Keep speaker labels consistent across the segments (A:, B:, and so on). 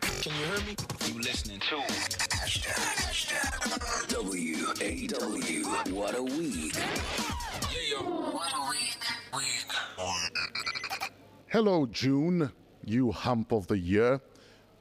A: Can you hear me? You listening to
B: W-A-W, what a week.
C: Hello, June, you hump of the year.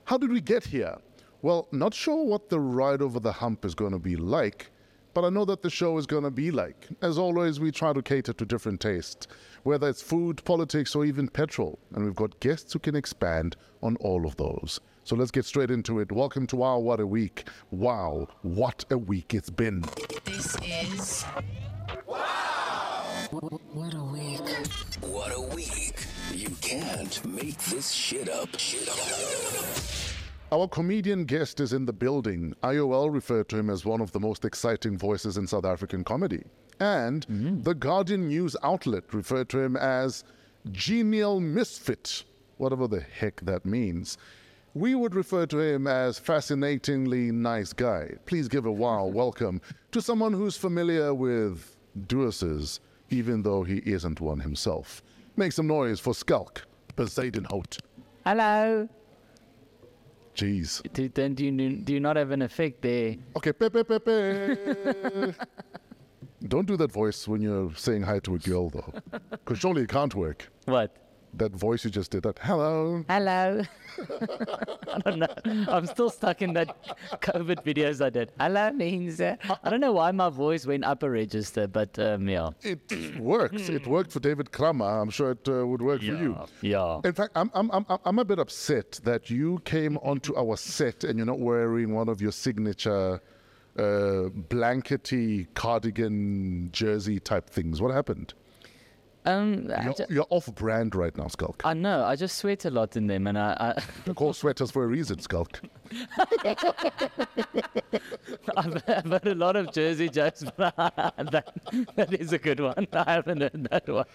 C: How did we get here? Well, not sure what the ride over the hump is going to be like, but I know that the show is going to be like. As always, we try to cater to different tastes, whether it's food, politics, or even petrol, and we've got guests who can expand on all of those. So let's get straight into it. Welcome to our What a Week. Wow, what a week it's been.
D: This is. Wow! What a week.
B: What a week. You can't make this shit up. Shit up.
C: Our comedian guest is in the building. IOL referred to him as one of the most exciting voices in South African comedy. And the Guardian News outlet referred to him as genial misfit, whatever the heck that means. We would refer to him as fascinatingly nice guy. Please give a wow welcome to someone who's familiar with Duas's, even though he isn't one himself. Make some noise for Skulk, Besadenhout.
E: Hello.
C: Jeez.
E: Do, then do you do you not have an effect there?
C: Okay, pepe pepe. Don't do that voice when you're saying hi to a girl, though, because surely it can't work.
E: What?
C: That voice you just did, that hello.
E: Hello. I don't know. I'm still stuck in that COVID videos I did. Hello means uh, I don't know why my voice went up a register, but um, yeah.
C: It works. it worked for David Kramer. I'm sure it uh, would work for you.
E: Yeah.
C: In fact, I'm, I'm, I'm, I'm a bit upset that you came onto our set and you're not wearing one of your signature uh, blankety cardigan jersey type things. What happened?
E: Um, I,
C: You're,
E: ju-
C: you're off brand right now, Skulk.
E: I know. I just sweat a lot in them, and I, I
C: They're called sweaters for a reason, Skulk.
E: I've, I've heard a lot of Jersey jokes, but that, that is a good one. I haven't heard that one.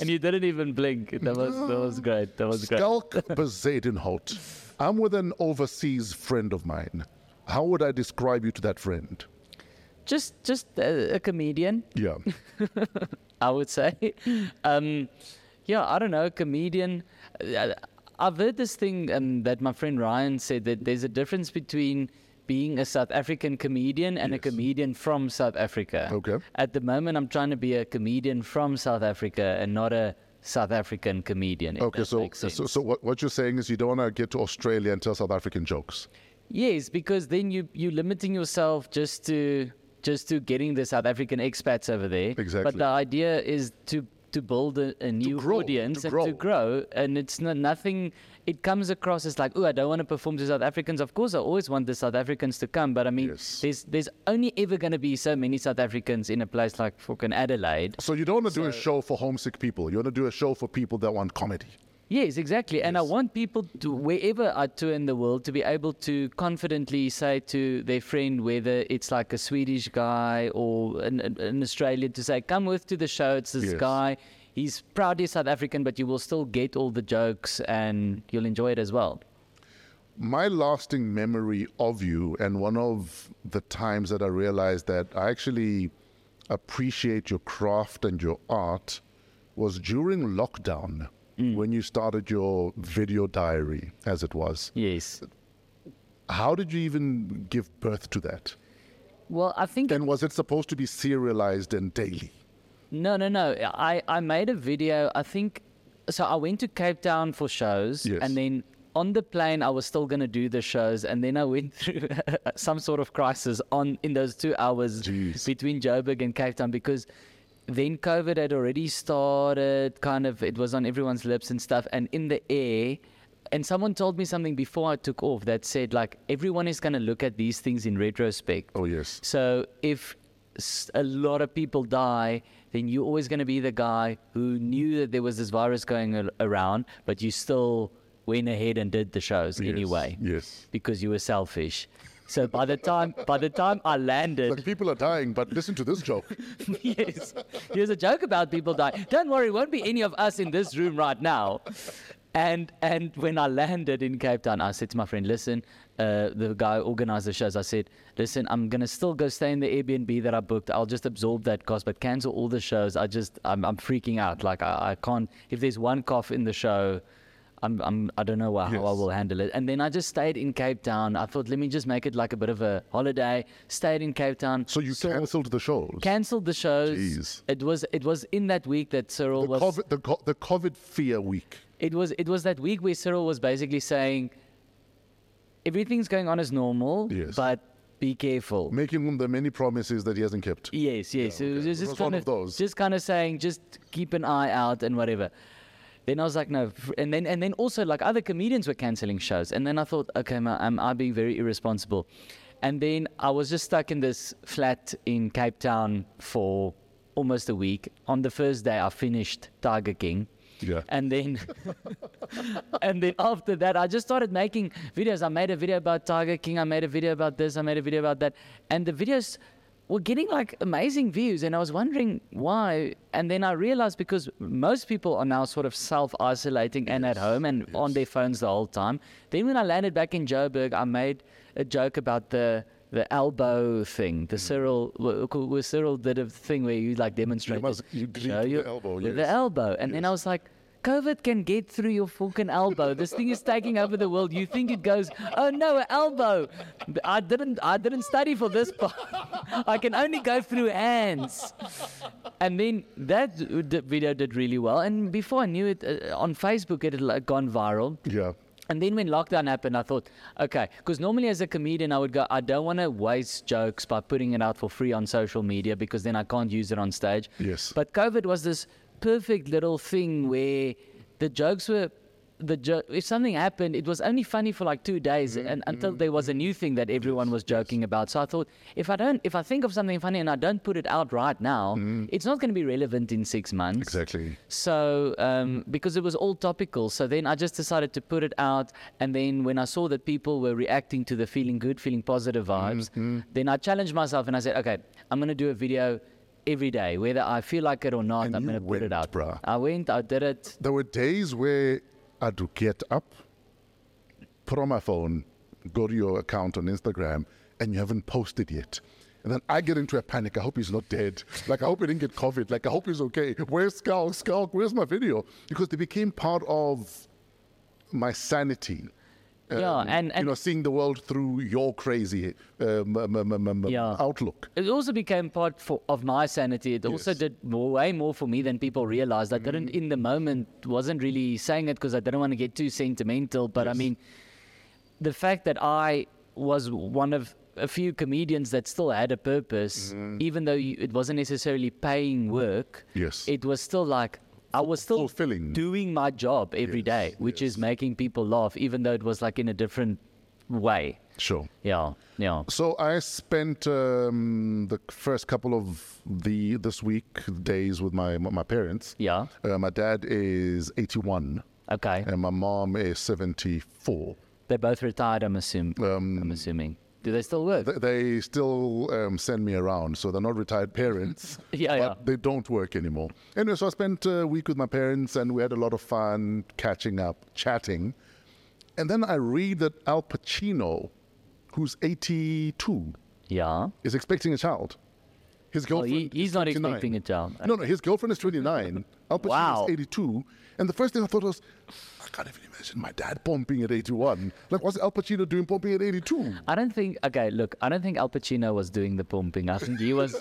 E: And you didn't even blink. That was that was great. That was great.
C: Skalk Bezadenhout. I'm with an overseas friend of mine. How would I describe you to that friend?
E: Just just a, a comedian.
C: Yeah.
E: I would say. Um, yeah, I don't know, comedian. Uh, I've heard this thing um, that my friend Ryan said that there's a difference between being a South African comedian and a comedian from South Africa.
C: Okay.
E: At the moment, I'm trying to be a comedian from South Africa and not a South African comedian. if
C: Okay,
E: that
C: so
E: makes
C: so,
E: sense.
C: so what, what you're saying is you don't want to get to Australia and tell South African jokes.
E: Yes, because then you you're limiting yourself just to just to getting the South African expats over there.
C: Exactly.
E: But the idea is to to build a, a new
C: grow,
E: audience
C: to
E: and to grow, and it's not nothing. It comes across as like, oh, I don't want to perform to South Africans. Of course, I always want the South Africans to come, but I mean,
C: Yes.
E: there's there's only ever going to be so many South Africans in a place like fucking Adelaide.
C: So you don't want to do a show for homesick people. You want to do a show for people that want comedy.
E: Yes, exactly. And I want people to, wherever I tour in the world, to be able to confidently say to their friend, whether it's like a Swedish guy or an, an- an Australian, to say, come with to the show. It's this
C: Yes.
E: guy. He's proudly South African, but you will still get all the jokes and you'll enjoy it as well.
C: my lasting memory of you and one of the times that I realized that I actually appreciate your craft and your art was during lockdown when you started your video diary as it was.
E: Yes.
C: How did you even give birth to that?
E: Well, I think
C: And was it supposed to be serialized and daily?
E: No, no, no. I, I made a video. I think so. I went to Cape Town for shows,
C: Yes.
E: and then on the plane I was still going to do the shows, and then I went through some sort of crisis on in those two hours
C: Jeez.
E: between Joburg and Cape Town because then COVID had already started. Kind of, it was on everyone's lips and stuff, and in the air. And someone told me something before I took off that said, like, everyone is going to look at these things in retrospect.
C: Oh, yes.
E: So if s- a lot of people die, then you're always going to be the guy who knew that there was this virus going a- around, but you still went ahead and did the shows
C: Yes,
E: anyway.
C: yes.
E: Because you were selfish. So by the time by the time I
C: Like
E: landed,
C: people are dying, but listen to this joke.
E: yes, here's a joke about people dying. Don't worry, won't be any of us in this room right now. And and when I landed in Cape Town, I said to my friend, listen, uh, the guy who organized the shows, I said, listen, I'm gonna still go stay in the Airbnb that I booked. I'll just absorb that cost, but cancel all the shows. I just I'm I'm freaking out. Like I, I can't. If there's one cough in the show. I'm, I'm, I don't know wha- how I
C: Yes.
E: will handle it. And then I just stayed in Cape Town. I thought, let me just make it like a bit of a holiday. Stayed in Cape Town.
C: So you
E: saw-
C: cancelled the shows.
E: cancelled the shows.
C: Jeez.
E: It was it was in that week that Cyril
C: the,
E: was.
C: COVID, the, co- the COVID fear week.
E: It was it was that week where Cyril was basically saying, everything's going on as normal,
C: Yes.
E: but be careful.
C: Making him the many promises that he hasn't kept.
E: Yes, yes. It was
C: okay. It
E: just
C: was one
E: kind
C: of those.
E: just kind of saying, just keep an eye out and whatever. Then I was like, no, f- and then and then also like other comedians were cancelling shows, and then I thought, okay, ma, am I being very irresponsible? And then I was just stuck in this flat in Cape Town for almost a week. On the first day, I finished Tiger King.
C: Yeah.
E: And then, and then after that, I just started making videos. I made a video about Tiger King. I made a video about this. I made a video about that. And the videos were getting like amazing views. And I was wondering why. And then I realized because most people are now sort of self isolating and at home and on their phones the whole time. Then when I landed back in Joburg, I made a joke about the. The elbow thing, the Cyril, where Cyril did a thing where you like demonstrated.
C: must- you did
E: know,
C: it with
E: you-
C: the elbow,
E: with
C: yes.
E: the elbow. And then I
C: Yes.
E: was like, COVID can get through your fucking elbow. This thing is taking over the world. You think it goes, oh no, an elbow. But I didn't I didn't study for this part. I can only go through hands. And then that d- d- video did really well. And before I knew it, uh, on Facebook it had like gone viral.
C: Yeah.
E: And then when lockdown happened, I thought, okay, because normally as a comedian, I would go, I don't want to waste jokes by putting it out for free on social media because then I can't use it on stage.
C: Yes.
E: But COVID was this perfect little thing where the jokes were. The jo- if something happened, it was only funny for like two days,
C: Mm-hmm.
E: and until there was a new thing that everyone was joking about. So I thought, if I don't, if I think of something funny and I don't put it out right now, it's not going to be relevant in six months.
C: Mm-hmm. Exactly.
E: So, um,
C: Mm.
E: because it was all topical, so then I just decided to put it out. And then when I saw that people were reacting to the feeling good, feeling positive vibes,
C: Mm-hmm.
E: then I challenged myself and I said, okay, I'm going to do a video every day, whether I feel like it or not,
C: And
E: I'm
C: you
E: going to put
C: went,
E: it out.
C: bruh.
E: I went, I did it.
C: There were days where I'd get up, put on my phone, go to your account on Instagram, and you haven't posted yet. And then I get into a panic. I hope he's not dead. Like, I hope he didn't get COVID. Like, I hope he's okay. Where's Skalk? Skalk, where's my video? Because they became part of my sanity.
E: Yeah,
C: Um,
E: Oh, and-
C: you
E: and-
C: know, seeing the world through your crazy um, um, um, um, um,
E: Yeah.
C: outlook.
E: It also became part for, of my sanity. It also
C: Yes. Mm.
E: did more, way more for me than people realized. I didn't, in the moment, wasn't really saying it because I didn't want to get too sentimental. But I mean, the fact that I was one of a few comedians that still had a purpose,
C: Mm-hmm.
E: even though you, it wasn't necessarily paying work.
C: Yes.
E: It was still like, I was still
C: fulfilling.
E: doing my job every
C: Yes,
E: day, which is making people laugh, even though it was like in a different way.
C: Sure.
E: Yeah, yeah.
C: So I spent um, the first couple of the this week days with my my parents.
E: Yeah.
C: Uh, my dad is 81
E: Okay.
C: and my mom is 74.
E: They're both retired, I'm assuming. I'm assuming. Do they still work?
C: Um, They, they still um, send me around, so they're not retired parents.
E: Yeah,
C: but
E: yeah.
C: They don't work anymore. Anyway, so I spent uh, a week with my parents and we had a lot of fun catching up, chatting. And then I read that Al Pacino, who's 82,
E: yeah.
C: is expecting a child. His girlfriend.
E: Oh, he- he's
C: is
E: not
C: 29.
E: expecting a child.
C: No, no, his girlfriend is 29. Al Pacino
E: Wow.
C: is 82. And the first thing I thought was, I can't even imagine my dad pumping at 81. Like, what's Al Pacino doing pumping at 82?
E: I don't think. Okay, look. I don't think Al Pacino was doing the pumping. I think he was.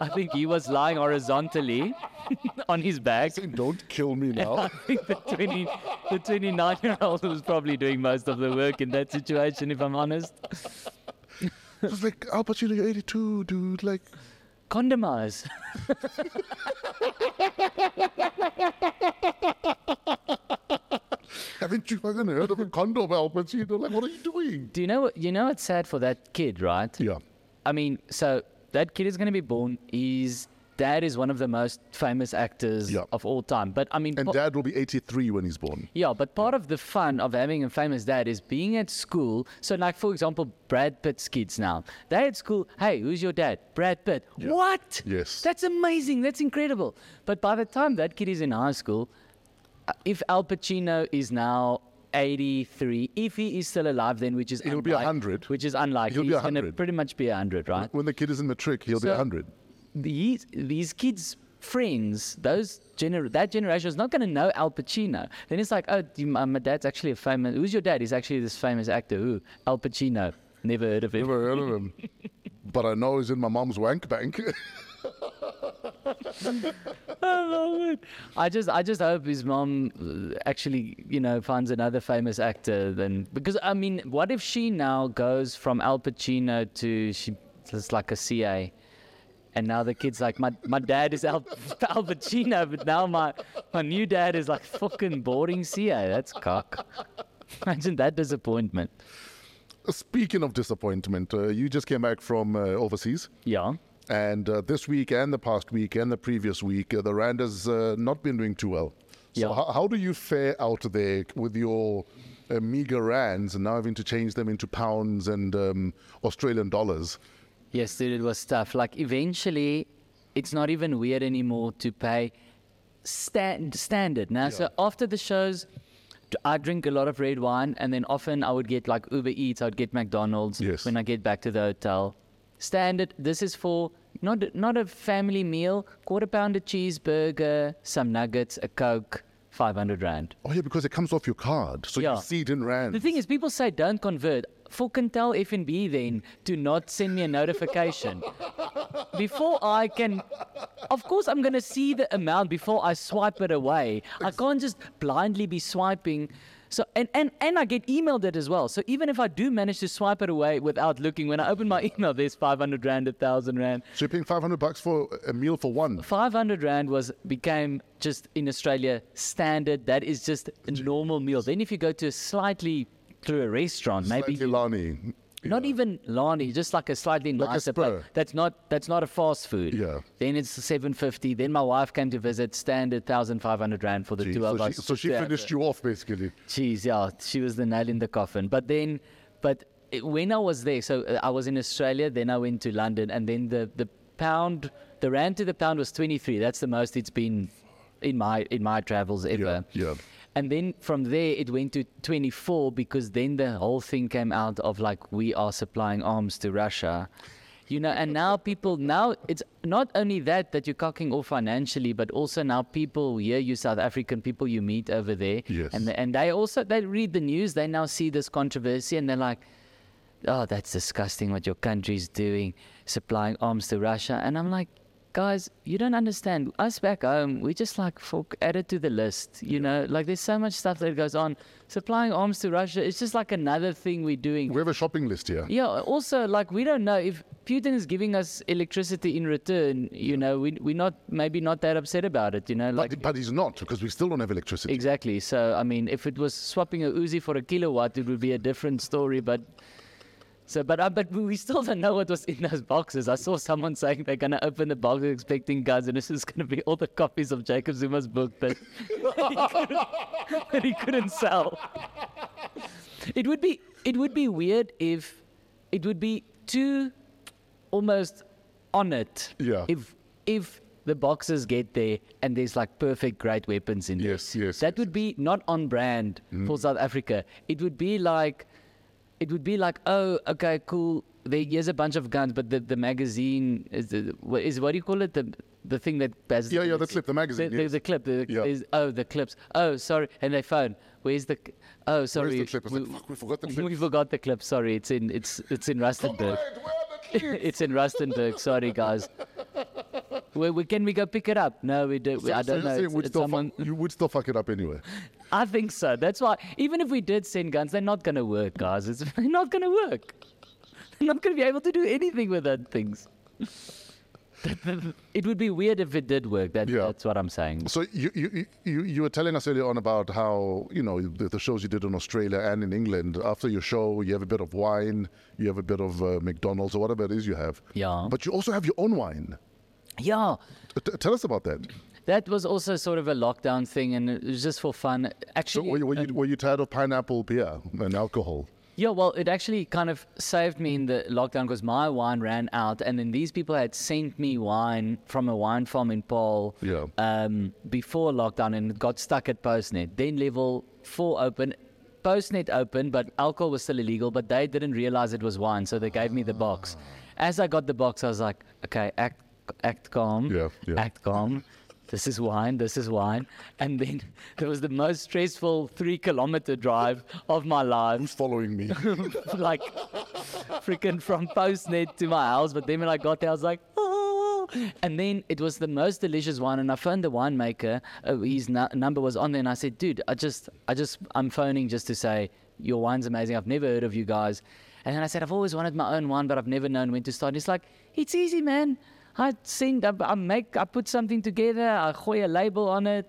E: I think he was lying horizontally on his back.
C: Don't kill me now.
E: I think the 20, the 29 year old was probably doing most of the work in that situation, if I'm honest.
C: I was like, Al Pacino, you're 82, dude. Like,
E: Condomize.
C: haven't you fucking heard of a condom, Al Pacino? Like, what are you doing?
E: Do you know what? You know it's sad for that kid, right?
C: Yeah.
E: I mean, so that kid is going to be born. His dad is one of the most famous actors
C: Yeah.
E: of all time. But I mean,
C: And
E: pa-
C: dad will be 83 when he's born.
E: yeah, but part of the fun of having a famous dad is being at school. So, like, for example, Brad Pitt's kids now, they're at school. Hey, who's your dad? Brad Pitt. What?
C: Yes.
E: That's amazing. That's incredible. But by the time that kid is in high school, uh, if Al Pacino is now 83, if he is still alive, then which is
C: He'll be
E: unlike-
C: 100.
E: which is unlikely.
C: He'll be
E: He's going to
C: 100.
E: pretty much be 100, right?
C: When the kid is in matric, he'll be
E: So-
C: 100.
E: these these kids friends, those gener- that generation is not going to know Al Pacino. Then it's like, oh, do you, my, my dad's actually a famous. Who's your dad? He's actually this famous actor. Who? Al Pacino. Never heard of him.
C: Never heard of him. but I know he's in my mom's wank bank.
E: I love it. I just, I just hope his mom uh, actually, you know, finds another famous actor. Then because I mean, what if she now goes from Al Pacino to she, it's like a CA, and now the kid's like, my, my dad is Al, Al Pacino, but now my, my new dad is like fucking boring CA. That's cock. Imagine that disappointment.
C: Speaking of disappointment, uh, you just came back from uh, overseas.
E: Yeah.
C: And uh, this week and the past week and the previous week, uh, the Rand has uh, not been doing too well. So
E: Yeah.
C: how, how do you fare out there with your uh, meager rands and now having to change them into pounds and um, Australian dollars?
E: Yes, dude, it was tough. Like eventually, it's not even weird anymore to pay stand standard now. So after the shows, d- I drink a lot of red wine, and then often I would get like Uber Eats. I'd get McDonald's
C: Yes.
E: when I get back to the hotel. Standard. This is for not not a family meal. Quarter pounder cheeseburger, some nuggets, a coke, five hundred rand.
C: Oh, yeah, because it comes off your card. So
E: Yeah.
C: you see it in rands.
E: The thing is, people say don't convert. Fucking tell FNB then to not send me a notification. before I can, of course, I'm going to see the amount before I swipe it away. I can't just blindly be swiping. So and, and and I get emailed it as well. So even if I do manage to swipe it away without looking, when I open my email, there's 500 rand, 1,000 rand.
C: so you're paying 500 bucks for a meal for one.
E: 500 rand was became just in Australia standard. That is just a normal meal. Then if you go to a slightly to a restaurant, maybe
C: Slightly Lani.
E: not even Lani, just like a slightly
C: Like a
E: nicer place.
C: spur.
E: That's not that's not a fast food.
C: Yeah.
E: Then it's seven fifty. Then my wife came to visit, standard thousand five hundred rand for the
C: Gee,
E: two of
C: So she,
E: us.
C: so she finished you off, basically.
E: Jeez, yeah, she was the nail in the coffin. But then, but it, when I was there, so uh, I was in Australia, then I went to London, and then the the pound, the rand to the pound was twenty three. That's the most it's been in my in my travels ever.
C: yeah.
E: And then from there it went to 24 because then the whole thing came out of like we are supplying arms to Russia. You know, and now people now it's not only that that you're cocking off financially, but also now people hear you South African people you meet over there,
C: Yes.
E: and and they also they read the news, they now see this controversy, and they're like, "Oh, that's disgusting what your country's doing, supplying arms to Russia." And I'm like, "Guys, you don't understand. Us back home, we just like fuck added to the list. You know, like there's so much stuff that goes on. Supplying arms to Russia, it's just like another thing we're doing.
C: We have a shopping list here.
E: Yeah. Also, like we don't know if Putin is giving us electricity in return. You know, we we're not maybe not that upset about it. You know, like
C: But, but he's not, because we still don't have electricity.
E: exactly. So I mean, if it was swapping a Uzi for a kilowatt, it would be a different story. But so, but uh, but we still don't know what was in those boxes. I saw someone saying they're gonna open the box expecting guns, and it's just gonna be all the copies of Jacob Zuma's book that that he couldn't sell. It would be it would be weird if it would be too almost on it.
C: Yeah.
E: If if the boxes get there and there's like perfect great weapons in there.
C: Yes, yes, Mm-hmm.
E: That would be not on brand for South Africa. It would be like it would be like, oh, okay, cool. There, here's a bunch of guns, but the, the magazine is the, what is what do you call it? The the thing that Baz
C: Yeah, yeah, the clip, the magazine,
E: The, the,
C: yes.
E: the clip. The,
C: Yeah.
E: is, oh, the clips. Oh, sorry. And they phone. Where's the? c- Oh, sorry.
C: clip? I was like, "Fuck, we forgot the
E: We
C: clip."
E: forgot the clip. Sorry, it's in it's it's in Rustenburg.
C: Comrade, where are the kids?
E: it's in Rustenburg. Sorry, guys. Where, where can we go pick it up? No, we don't. we- I
C: So
E: don't
C: you're
E: know.
C: saying
E: It's-
C: we'd
E: it's
C: still fuck-
E: someone-
C: you would still fuck it up anyway.
E: I think so. That's why, even if we did send guns, they're not going to work, guys. It's they're not going to work. They're not going to be able to do anything with those things. it would be weird if it did work. That,
C: Yeah.
E: That's what I'm saying.
C: So you, you you- you you were telling us earlier on about how you know the, the shows you did in Australia and in England. After your show, you have a bit of wine, you have a bit of uh, McDonald's or whatever it is you have.
E: Yeah.
C: But you also have your own wine.
E: Yeah.
C: T- tell us about that.
E: That was also sort of a lockdown thing, and it was just for fun.
C: So
E: Actually,
C: were, you- were you were you tired of pineapple beer and alcohol?
E: Yeah, well, it actually kind of saved me in the lockdown because my wine ran out, and then these people had sent me wine from a wine farm in Paul
C: Yeah.
E: um, before lockdown, and it got stuck at Postnet. Then level four open, Postnet open, but alcohol was still illegal. But they didn't realize it was wine, so they gave me the box. As I got the box, I was like, okay, act act calm,
C: Yeah, yeah.
E: act calm. This is wine, this is wine. And then there was the most stressful three kilometer drive of my life.
C: Who's following me?
E: like freaking from Postnet to my house. But then when I got there, I was like, oh. And then it was the most delicious wine. And I phoned the winemaker. Uh, his nu- number was on there, and I said, dude, I just, I just, I'm phoning just to say your wine's amazing. I've never heard of you guys. And then I said, I've always wanted my own wine, but I've never known when to start. And he's like, it's easy, man. I send, I, I make, I put something together. I gooi a label on it.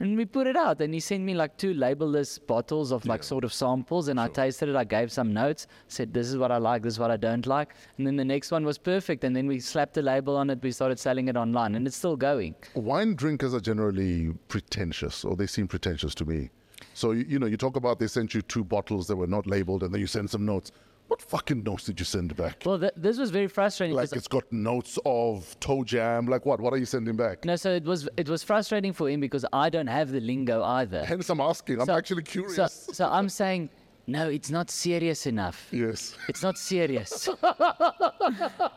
E: And we put it out, and he sent me like two labelless bottles of like sort of samples, and I tasted it. I gave some notes, said this is what I like, this is what I don't like, and then the next one was perfect. And then we slapped a label on it. We started selling it online, and it's still going.
C: Wine drinkers are generally pretentious, or they seem pretentious to me. So, you, you know, you talk about they sent you two bottles that were not labeled, and then you send some notes. What fucking notes did you send back?
E: Well, th- this was very frustrating.
C: Like
E: 'cause-
C: it's got notes of toe jam. Like what? What are you sending back?
E: no, so it was it was frustrating for him because I don't have the lingo either.
C: Hence, I'm asking. I'm
E: So-
C: actually
E: so-
C: curious.
E: so I'm saying, no, it's not serious enough.
C: yes.
E: It's not serious.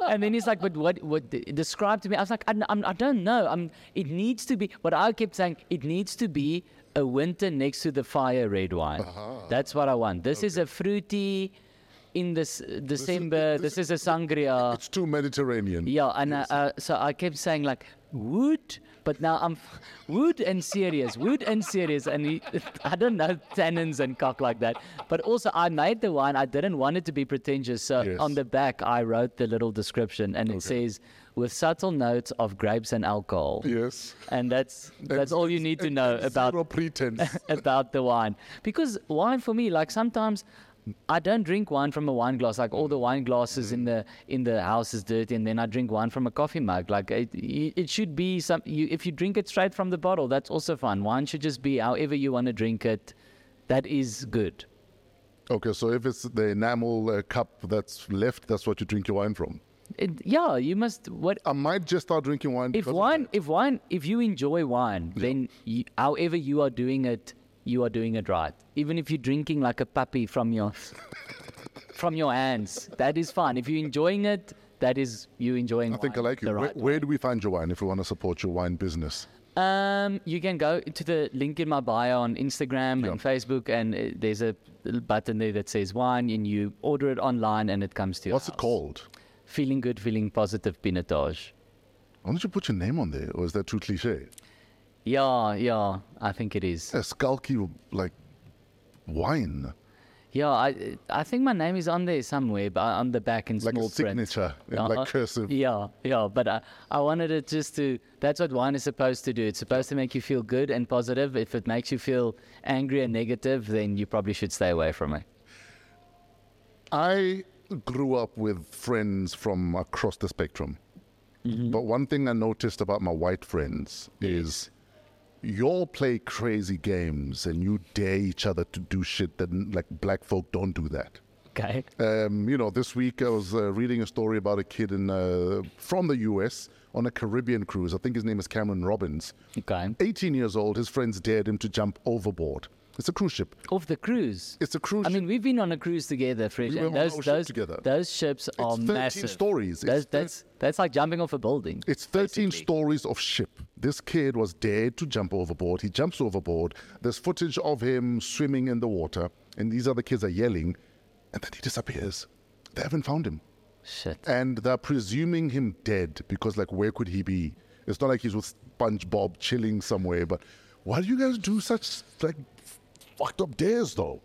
E: and then he's like, but what, what, describe to me. I was like, I, I'm, I don't know. I'm, it needs to be, what I kept saying, it needs to be a winter next to the fire red wine. That's what I want. This is a fruity in this December. This, is a sangria.
C: It's too Mediterranean.
E: Uh, yeah. And I, uh, so I kept saying like wood, but now I'm f- wood and serious, wood and serious. And he, I don't know tannins and cock like that. But also I made the wine. I didn't want it to be pretentious. So
C: Yes.
E: on the back, I wrote the little description, and it says with subtle notes of grapes and alcohol.
C: Yes.
E: And that's that's all you need to know about
C: Zero pretense.
E: about the wine because wine for me like sometimes I don't drink wine from a wine glass like all the wine glasses in the in the house is dirty and then I drink wine from a coffee mug like it it it should be some you, if you drink it straight from the bottle that's also fine wine should just be however you want to drink it that is good
C: okay, so if it's the enamel uh, cup that's left, that's what you drink your wine from.
E: it, yeah you must what
C: I might just start drinking wine.
E: if
C: because of
E: wine
C: that.
E: if wine if you enjoy wine then you, however you are doing it you are doing it right even if you're drinking like a puppy from your from your hands that is fine if you're enjoying it that is you enjoying
C: I think I
E: wine
C: like you.
E: the
C: Where,
E: right
C: where do we find your wine if we want to support your wine business?
E: um, you can go to the link in my bio on Instagram and Facebook, and uh, there's a little button there that says wine, and you order it online, and it comes to you.
C: What's it called?
E: Feeling good, feeling positive, pinotage.
C: Why don't you put your name on there? Or is that too cliche?
E: Yeah, yeah, I think it is.
C: A skulky, like, wine.
E: Yeah, I I think my name is on there somewhere, but on the back in
C: Like a
E: small print.
C: signature, in like
E: Uh-huh.
C: cursive.
E: Yeah, yeah, but I, I wanted it just to. That's what wine is supposed to do. It's supposed to make you feel good and positive. If it makes you feel angry and negative, then you probably should stay away from it.
C: I grew up with friends from across the spectrum.
E: Mm-hmm.
C: But one thing I noticed about my white friends is y'all play crazy games and you dare each other to do shit that like black folk don't do that.
E: Okay.
C: Um, you know, this week I was uh, reading a story about a kid in uh, from the US on a Caribbean cruise. I think his name is Cameron Robbins.
E: Okay.
C: 18 years old, his friends dared him to jump overboard. It's a cruise ship.
E: Off the cruise.
C: It's a cruise
E: I
C: ship.
E: mean, we've been on a cruise together, Fred.
C: We
E: and
C: were on
E: those,
C: our ship
E: those,
C: together.
E: Those ships are
C: 13
E: massive.
C: stories. It's
E: That's,
C: thir-
E: that's, that's like jumping off a building.
C: It's 13
E: basically.
C: stories of ship. This kid was dared to jump overboard. He jumps overboard. There's footage of him swimming in the water, and these other kids are yelling, and then he disappears. They haven't found him.
E: Shit.
C: And they're presuming him dead because, like, where could he be? It's not like he's with SpongeBob chilling somewhere, but why do you guys do such, like, f- fucked up dares, though?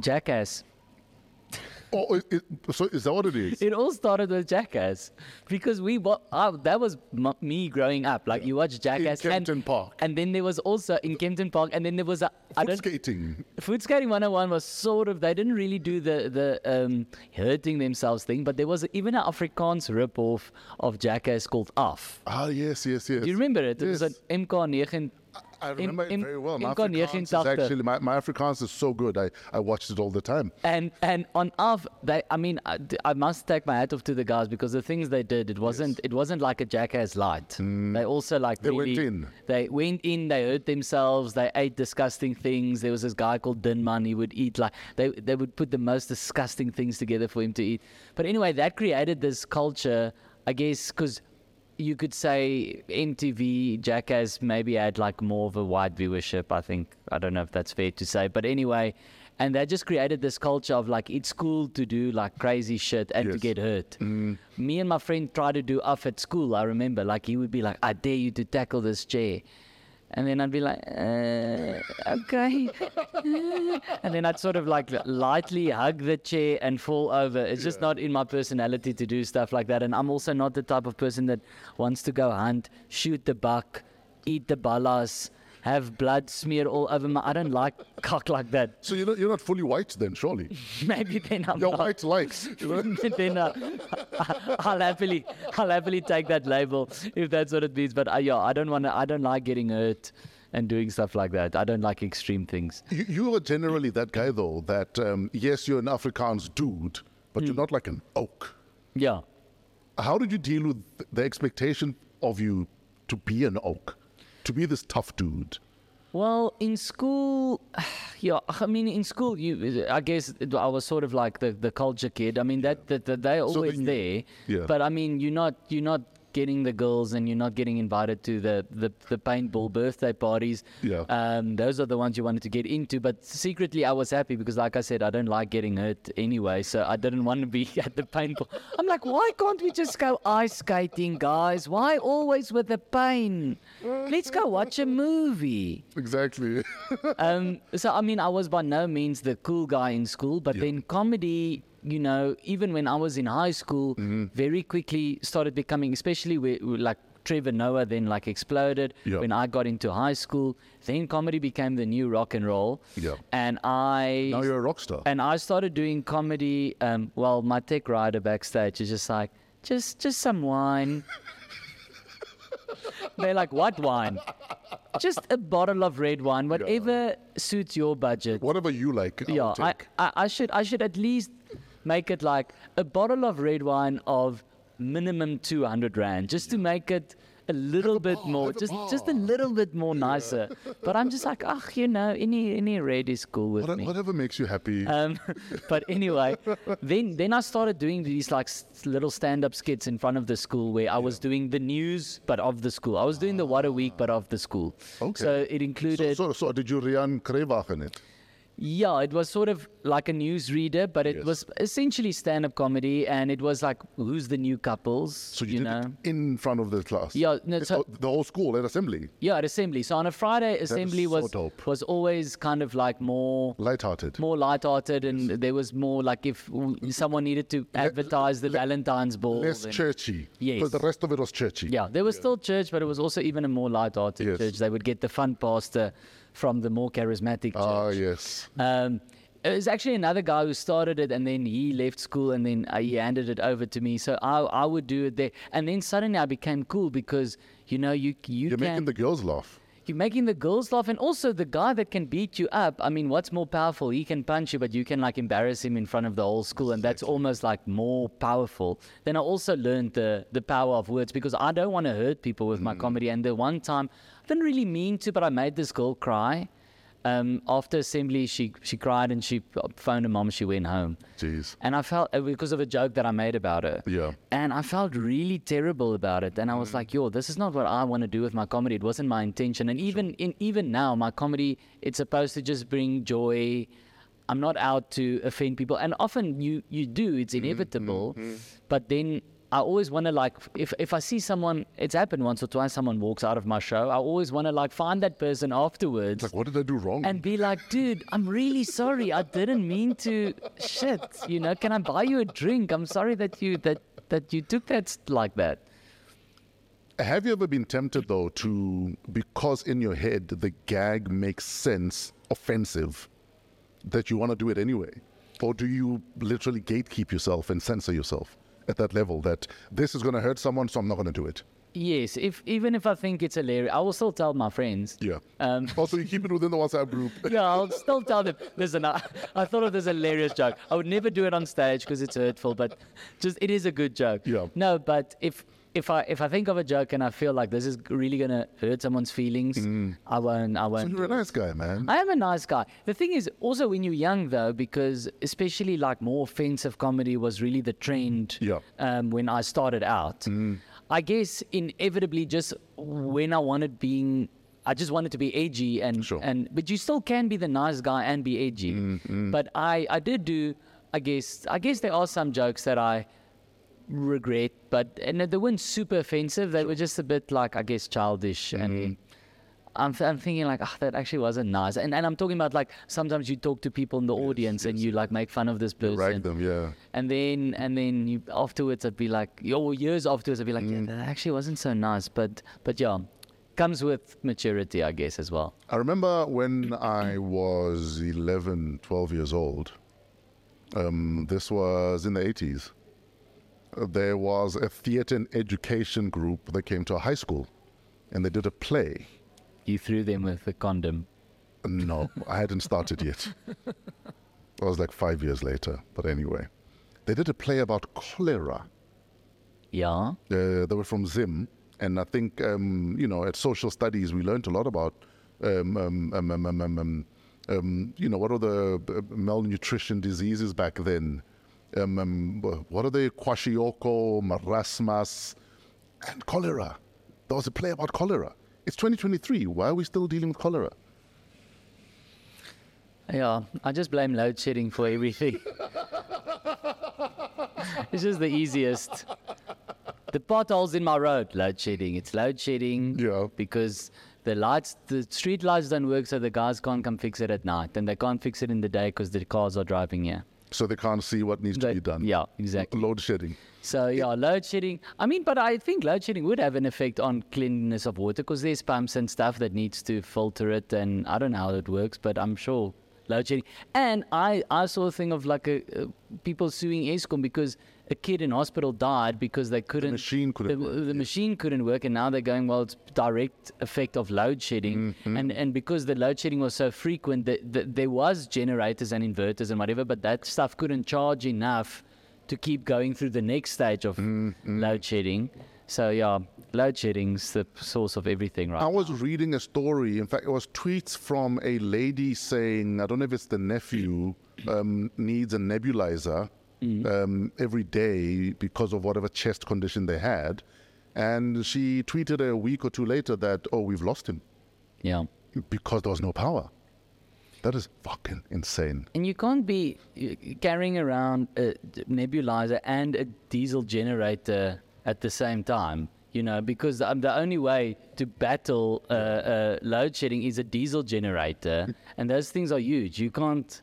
E: Jackass.
C: Oh, it, it, so is that what it is?
E: It all started with Jackass because we wa- uh, that was m- me growing up. Like you watched Jackass
C: Kempton
E: and,
C: Park.
E: and then there was also in Kempton Park, and then there was a I
C: Foot
E: don't
C: skating.
E: food skating 101 was sort of they didn't really do the the um, hurting themselves thing, but there was even an Afrikaans rip off of Jackass called Af.
C: Ah, yes, yes, yes.
E: Do you remember it? It was
C: Yes.
E: an MK9.
C: I remember
E: in-
C: it very well. My
E: in Kon
C: Afrikaans is
E: 89.
C: actually my, my Afrikaans is so good. I, I watched it all the time.
E: And and on Av, they, I mean, I, d- I must take my hat off to the guys because the things they did, it wasn't it wasn't like a jackass light. They also like
C: Mm. They went
E: really-
C: in.
E: They went in. They hurt themselves. They ate disgusting things. There was this guy called Dinman. He would eat like they they would put the most disgusting things together for him to eat. But anyway, that created this culture, I guess, because you could say MTV Jackass maybe had like more of a wide viewership. I think I don't know if that's fair to say, but anyway, and they just created this culture of like it's cool to do like crazy shit and to
C: Yes.
E: get hurt. Me and my friend tried to do off at school. I remember like he would be like, "I dare you to tackle this chair." And then I'd be like, uh, okay. and then I'd sort of like lightly hug the chair and fall over. It's just not in my personality to do stuff like that. And I'm also not the type of person that wants to go hunt, shoot the buck, eat the balas, have blood smear all over my. I don't like cock like that.
C: So you're not, you're not fully white then, surely?
E: Maybe then I'm
C: You're
E: not.
C: white likes. you know?
E: then uh, I'll happily, I'll happily take that label if that's what it means. But uh, yeah, I don't want to. I don't like getting hurt and doing stuff like that. I don't like extreme things.
C: You, you are generally that guy, though, that um, yes, you're an Afrikaans dude, but
E: Hmm.
C: you're not like an oak.
E: Yeah.
C: How did you deal with the expectation of you to be an oak, to be this tough dude?
E: Well, in school, yeah, I mean, in school, you, I guess it- I was sort of like the, the culture kid. I mean, that, that, that they're
C: then
E: always
C: you-
E: there,
C: yeah.
E: but I mean, you're not you're not getting the girls, and you're not getting invited to the the, the paintball birthday parties.
C: Yeah.
E: Um, those are the ones you wanted to get into, but secretly, I was happy because, like I said, I don't like getting hurt anyway, so I didn't want to be at the paintball. I'm like, why can't we just go ice skating, guys? Why always with the pain? Let's go watch a movie.
C: Exactly.
E: Um, so I mean, I was by no means the cool guy in school, but then comedy, you know, even when I was in high school,
C: Mm-hmm.
E: very quickly started becoming, especially with, with, like Trevor Noah, then like exploded.
C: Yeah.
E: When I got into high school, then comedy became the new rock and roll.
C: Yeah.
E: And I
C: now you're a rock star.
E: and I started doing comedy. Um, well, my tech rider backstage is just like, just just some wine. They're like, what wine? Just a bottle of red wine, whatever suits your budget.
C: Whatever you like,
E: yeah,
C: I'll
E: I,
C: take.
E: I, I should I should at least make it like a bottle of red wine of minimum two hundred rand, just to make it a little bit more, just just a little bit more nicer. But I'm just like, ah, you know, any any red is cool with
C: Whate-
E: me.
C: whatever makes you happy.
E: Um, but anyway, then then I started doing these like s- little stand-up skits in front of the school where I was doing the news, but of the school. I was doing the What a Week, but of the school.
C: Okay.
E: So it
C: so,
E: included,
C: so, so did you Rian Krevach in it?
E: yeah, it was sort of like a newsreader, but it
C: Yes.
E: was essentially stand-up comedy, and it was like, who's the new couples?
C: So you, did
E: know.
C: it in front of the class?
E: Yeah, no,
C: Eh,
E: so-
C: oh, the whole school at assembly,
E: Yeah, at assembly. So on a Friday,
C: is
E: assembly
C: so
E: was
C: dope.
E: was always kind of like more
C: lighthearted.
E: more light-hearted, and there was more like if w- someone needed to advertise the Valentine's ball.
C: Less
E: then-
C: churchy.
E: Yes.
C: Because the rest of it was churchy.
E: Yeah, there was still church, but it was also even a more light-hearted
C: Yes.
E: church. They would get the fun pastor from the more charismatic church.
C: Ah, yes.
E: Um, it was actually another guy who started it, and then he left school, and then uh, he handed it over to me. So I, I would do it there, and then suddenly I became cool because you know you you
C: You're
E: can
C: making the girls laugh.
E: you're making the girls laugh, and also the guy that can beat you up. I mean, what's more powerful? He can punch you, but you can like embarrass him in front of the whole school, and that's almost like more powerful. Then I also learned the the power of words because I don't want to hurt people with my
C: Hmm.
E: comedy. And the one time, I didn't really mean to, but I made this girl cry. Um, after assembly, she she cried and she phoned her mom. She went home.
C: Jeez.
E: And I felt uh, because of a joke that I made about her.
C: Yeah.
E: And I felt really terrible about it. And I was like, yo, this is not what I want to do with my comedy. It wasn't my intention. And even in even now, my comedy, it's supposed to just bring joy. I'm not out to offend people. And often you you do, it's inevitable. But then I always want to like if if I see someone, it's happened once or twice. Someone walks out of my show. I always want to like find that person afterwards
C: Like, what did I do wrong?
E: and be like, dude, I'm really sorry. I didn't mean to. Shit, you know. Can I buy you a drink? I'm sorry that you that that you took that s- like that.
C: Have you ever been tempted, though, to, because in your head the gag makes sense offensive, that you want to do it anyway? Or do you literally gatekeep yourself and censor yourself at that level that this is going to hurt someone, so I'm not going to do it?
E: Yes, if even if I think it's hilarious, I will still tell my friends.
C: Yeah.
E: Um,
C: also, you keep it within the WhatsApp group.
E: yeah, I'll still tell them. Listen, I, I thought of this hilarious joke. I would never do it on stage because it's hurtful, but just it is a good joke.
C: Yeah.
E: No, but if if I if I think of a joke and I feel like this is really gonna hurt someone's feelings,
C: Mm.
E: I won't. I won't.
C: You're a nice guy, man.
E: I am a nice guy. The thing is, also when you're young, though, because especially like more offensive comedy was really the trend
C: Yeah. Mm.
E: um, when I started out. I guess inevitably, just when I wanted being, I just wanted to be edgy and
C: Sure.
E: and but you still can be the nice guy and be edgy.
C: Mm-hmm.
E: But I I did do I guess I guess there are some jokes that I regret, but and they weren't super offensive. They were just a bit like I guess childish and.
C: Mm-hmm.
E: I'm, I'm thinking like, ah, that actually wasn't nice. And, and I'm talking about like sometimes you talk to people in the audience and you like make fun of this person.
C: Rag them, yeah.
E: And then and then you afterwards I'd be like or years afterwards I'd be like,
C: Mm.
E: yeah, that actually wasn't so nice. But but yeah. Comes with maturity, I guess, as well.
C: I remember when I was 11, 12 years old, um, this was in the 80s. Uh, There was a theater and education group that came to a high school and they did a play.
E: You threw them with a condom.
C: No, I hadn't started yet. It was like five years later, but anyway. They did a play about cholera.
E: Yeah.
C: Uh, they were from Zim, and I think um, you know at social studies we learned a lot about um, um, um, um, um, um, um, um, you know what are the uh, malnutrition diseases back then. Um, um, wh- what are they? Kwashiorkor, marasmus, and cholera. There was a play about cholera. It's 2023. Why are we still dealing with cholera?
E: Yeah. I just blame load shedding for everything. it's just the easiest. The potholes in my road, load shedding. It's load shedding.
C: Yeah.
E: Because the lights, the street lights don't work, so the guys can't come fix it at night, and they can't fix it in the day because the cars are driving here.
C: So they can't see what needs to
E: They-
C: be done.
E: yeah, exactly.
C: Load shedding.
E: So yeah, load shedding. I mean, but I think load shedding would have an effect on cleanliness of water because there's pumps and stuff that needs to filter it, and I don't know how it works, but I'm sure load shedding. And I, I saw a thing of like a, uh, people suing ESCOM because a kid in hospital died because they couldn't
C: machine couldn't
E: the,
C: work,
E: the machine couldn't work, and now they're going well, it's direct effect of load shedding, and and because the load shedding was so frequent, that the, there was generators and inverters and whatever, but that stuff couldn't charge enough to keep going through the next stage of load shedding. So yeah, load shedding's the source of everything, right?
C: I was reading a story. In fact, it was tweets from a lady saying, I don't know if it's the nephew, um, needs a nebulizer um, every day because of whatever chest condition they had. And she tweeted a week or two later that, oh, we've lost him
E: yeah.
C: because there was no power. That is fucking insane.
E: And you can't be uh, carrying around a d- nebulizer and a diesel generator at the same time, you know, because um, the only way to battle uh, uh, load shedding is a diesel generator, and those things are huge. You can't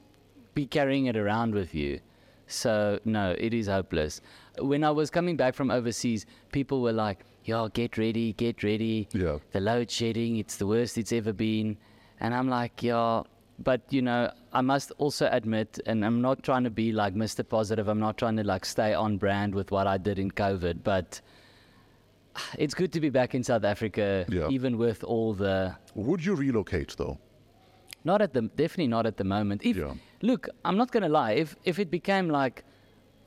E: be carrying it around with you. So, no, it is hopeless. When I was coming back from overseas, people were like, yo, get ready, get ready.
C: Yeah.
E: The load shedding, it's the worst it's ever been. And I'm like, yeah, but you know, I must also admit, and I'm not trying to be like Mr. Positive, I'm not trying to like stay on brand with what I did in COVID, but it's good to be back in South Africa,
C: Yeah.
E: even with all the
C: Would you relocate, though?
E: not at the definitely not at the moment. If
C: Yeah.
E: look, I'm not gonna lie. If if it became like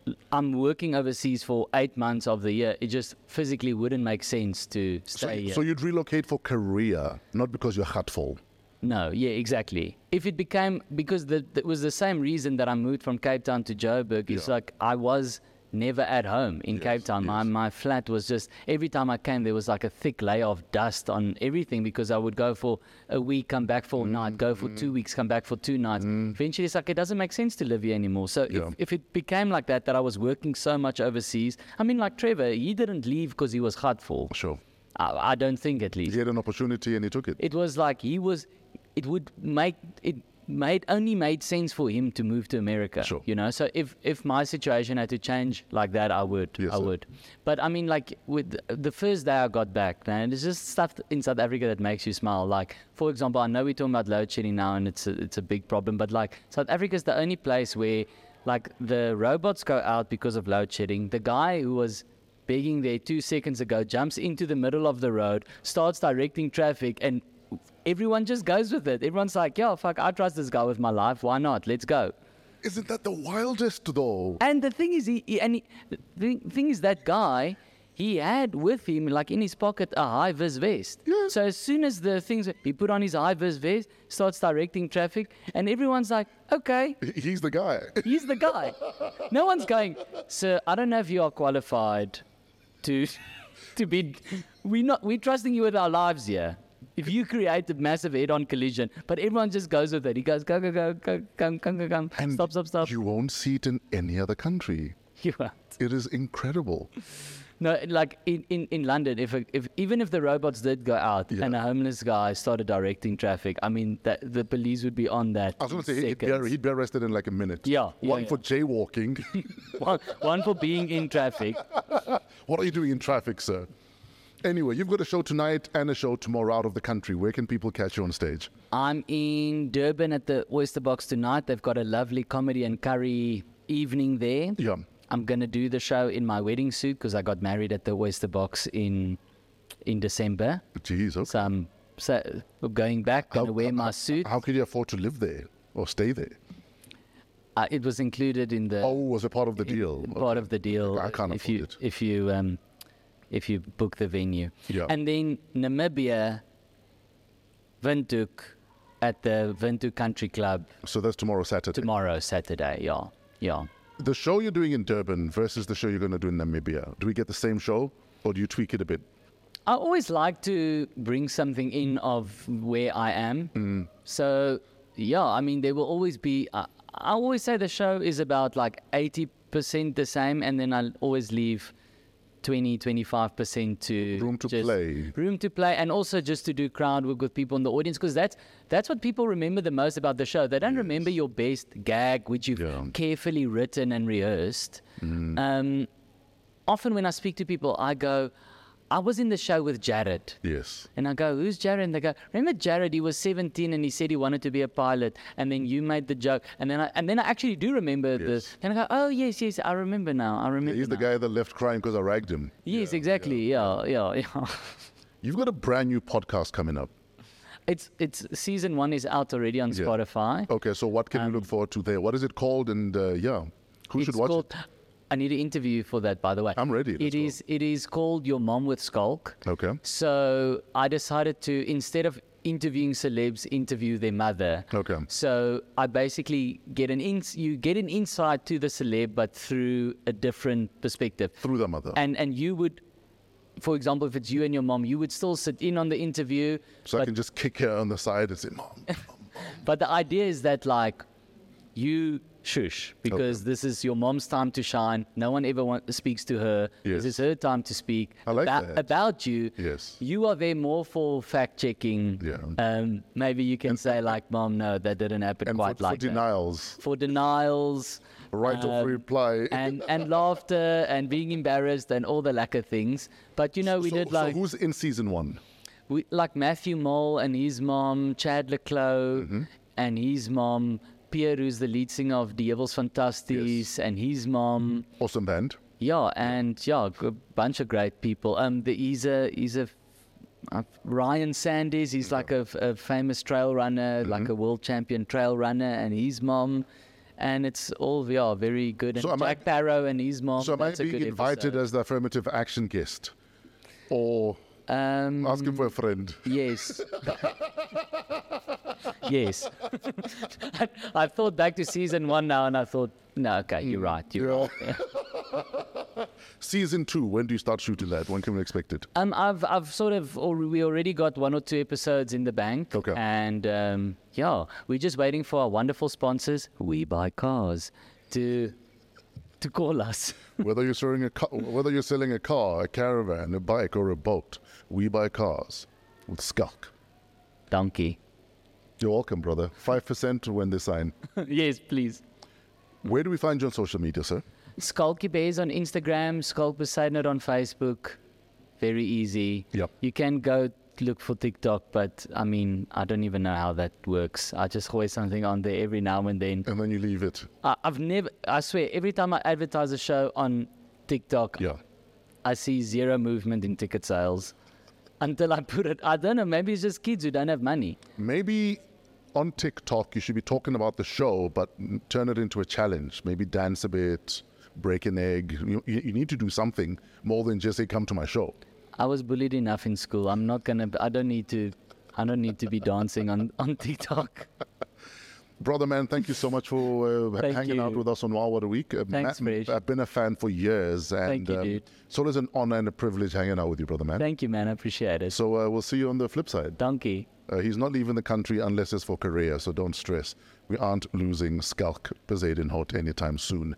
E: l- I'm working overseas for eight months of the year, it just physically wouldn't make sense to
C: So,
E: stay. here.
C: so you'd relocate for career, not because you're hatful.
E: No, yeah, exactly. If it became because the, it was the same reason that I moved from Cape Town to Joburg. It's
C: Yeah.
E: like I was never at home in Cape Town. My
C: yes.
E: my flat was just every time I came there was like a thick layer of dust on everything because I would go for a week, come back
C: Mm,
E: for a night, go for two weeks, come back for two nights. Eventually, it's like it doesn't make sense to live here anymore. So
C: Yeah.
E: if, if it became like that, that I was working so much overseas. I mean, like Trevor, he didn't leave because he was hard for.
C: Sure.
E: I, I don't think at least
C: He had an opportunity and he took it.
E: it was like he was it would make it made only made sense for him to move to america
C: Sure.
E: you know so if if my situation had to change like that i would
C: Yes,
E: i
C: sir.
E: would but i mean like with the- the first day i got back man it's just stuff in south africa that makes you smile like for example i know we're talking about load shedding now and it's a, it's a big problem but like south africa's the only place where like the robots go out because of load shedding the guy who was begging there two seconds ago, jumps into the middle of the road, starts directing traffic, and everyone just goes with it. Everyone's like, yo, fuck, I trust this guy with my life. Why not? Let's go.
C: Isn't that the wildest, though?
E: And the thing is, he, he- and he, the thing- thing is, that guy, he had with him, like in his pocket, a high vis vest.
C: Yeah.
E: So as soon as the things, he put on his high vis vest, starts directing traffic, and everyone's like, okay,
C: He- He's the guy.
E: He's the guy. No one's going, sir, I don't know if you are qualified to to be. We not. We're trusting you with our lives here. If you create a massive head-on collision, but everyone just goes with it. He goes, go, go, go, go, come, come, come, come.
C: And
E: stop, stop, stop.
C: You won't see it in any other country.
E: You are.
C: It is incredible.
E: No, like in, in, in London, if, a, if even if the robots did go out
C: Yeah.
E: and a homeless guy started directing traffic, I mean, that, the police would be on that.
C: I was going to
E: in
C: say he'd be,
E: seconds.
C: he'd be arrested in like a minute.
E: Yeah, yeah,
C: One
E: yeah.
C: for jaywalking.
E: one, one for being in traffic.
C: what are you doing in traffic, sir? Anyway, you've got a show tonight and a show tomorrow out of the country. Where can people catch you on stage?
E: I'm in Durban at the Oyster Box tonight. They've got a lovely comedy and curry evening there.
C: Yeah.
E: I'm going to do the show in my wedding suit because I got married at the Oyster Box in in December.
C: Jeez, okay.
E: So I'm so going back, going to wear my suit.
C: How could you afford to live there or stay there?
E: Uh, it was included in the
C: Oh, was it part of the deal?
E: part of the deal.
C: Oh, I can't
E: if
C: afford
E: you,
C: it.
E: If you um, if you book the venue,
C: Yeah.
E: and then Namibia, Windhoek, at the Windhoek Country Club
C: So that's tomorrow, Saturday.
E: tomorrow, Saturday. Yeah, yeah.
C: The show you're doing in Durban versus the show you're going to do in Namibia. Do we get the same show or do you tweak it a bit?
E: I always like to bring something in of where I am.
C: Mm.
E: So, yeah, I mean, there will always be. I I always say the show is about like 80% the same, and then I'll always leave 20, 25% to
C: Room to
E: just-
C: play.
E: Room to play, and also just to do crowd work with people in the audience, because that's, that's what people remember the most about the show. They don't remember your best gag, which you've
C: Yeah. Mm-hmm.
E: carefully written and rehearsed. Um, often when I speak to people, I go, I was in the show with Jared.
C: Yes.
E: And I go, who's Jared? And they go, remember Jared? He was 17 and he said he wanted to be a pilot. And then you made the joke. And then I, and then I actually do remember
C: Yes.
E: this. And I go, oh, yes, yes, I remember now. I remember.
C: He's the
E: now."
C: guy that left crying because I ragged him.
E: Yes, exactly. Yeah, yeah, yeah.
C: You've got a brand new podcast coming up.
E: It's, it's season one is out already on
C: Yeah. Oh,
E: Spotify.
C: Okay, so what can we look forward to there? What is it called? And uh, yeah, who should
E: Um, It's
C: watch
E: called, I need to interview you for that, by the way.
C: I'm ready,
E: It
C: let's go.
E: is. It is called Your Mom with Skulk.
C: Okay.
E: So I decided to instead of interviewing celebs, interview their mother.
C: Okay.
E: So I basically get an ins. You get an insight to the celeb, but through a different perspective.
C: it? Through the Mother.
E: And and you would. For example, if it's you and your mom, you would still sit in on the interview,
C: so I can just kick her on the side and say, Mom.
E: but the idea is that like you shush because this is your mom's time to shine. No one ever want, speaks to her.
C: Yes.
E: This is her time to speak
C: I like
E: about,
C: that.
E: about you.
C: Yes.
E: You are there more for fact checking.
C: Yeah.
E: Um, maybe you can say like, "Mom, no, that didn't happen
C: And for,
E: quite
C: for
E: like that."
C: denials,
E: For denials.
C: right
E: um,
C: of reply.
E: and and laughter and being embarrassed and all the lack of things. But you know, we
C: so,
E: did
C: so
E: like
C: who's in season one?
E: we, like Matthew Mole and his mom, Chad Leclos
C: Mm-hmm.
E: and his mom, Pierre, who's the lead singer of Dievels Fantastis, and his mom.
C: Awesome band.
E: Yeah, and yeah, a bunch of great people. Um, the, he's a he's a uh, Ryan Sanders. He's like a, f- a famous trail runner,
C: Mm-hmm.
E: like a world champion trail runner, and his mom. And it's all yeah, very good. And
C: So am I-
E: Jack Barrow and his mom.
C: So am I
E: Oh, that's a
C: being
E: good
C: invited
E: episode.
C: as the affirmative action guest? Or
E: Um,
C: asking for a friend?
E: Yes. yes. I, I thought back to season one now, and I thought, no, okay, you're right. You're right.
C: Season two, when do you start shooting that? When can we expect it?
E: Um, I've I've sort of or we already got one or two episodes in the bank.
C: Okay.
E: And um, yeah, we're just waiting for our wonderful sponsors, We Buy Cars, to to call us.
C: Whether you're selling a car, whether you're selling a car, a caravan, a bike, or a boat, we buy cars with Skulk.
E: Donkey.
C: You're welcome, brother. Five percent when they sign.
E: yes, please.
C: Where do we find you on social media, sir?
E: Skulky Bears on Instagram, Skulk Poseidon on Facebook. Very easy.
C: Yep.
E: You can go look for TikTok, but I mean, I don't even know how that works. I just hoist something on there every now and then.
C: And then you leave it.
E: I, I've never, I swear, every time I advertise a show on TikTok,
C: Yeah.
E: I see zero movement in ticket sales until I put it. I don't know, maybe it's just kids who don't have money.
C: Maybe on TikTok you should be talking about the show, but n- turn it into a challenge. Maybe dance a bit, break an egg. You, you you need to do something more than just say, "Come to my show."
E: I was bullied enough in school. I'm not gonna, I don't need to, I don't need to be dancing on, on TikTok.
C: Brother man, thank you so much for uh,
E: Thank
C: hanging out
E: you.
C: with us on Wow What a Week. Uh,
E: Thanks, Mish.
C: I've been a fan for years, and um,
E: Thank you, dude.
C: it's always an honor and a privilege hanging out with you, brother man.
E: Thank you, man. I appreciate it.
C: so uh, we'll see you on the flip side.
E: Donkey.
C: Uh, he's not leaving the country unless it's for Korea, so don't stress. We aren't losing Skalk Poseidon Hot anytime soon.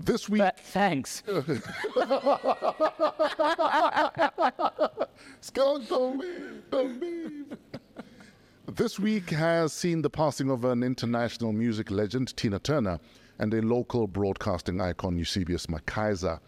C: This week,
E: Th- thanks.
C: Skalk, don't leave, don't leave. this week has seen the passing of an international music legend, Tina Turner, and a local broadcasting icon, Eusebius Makaiser.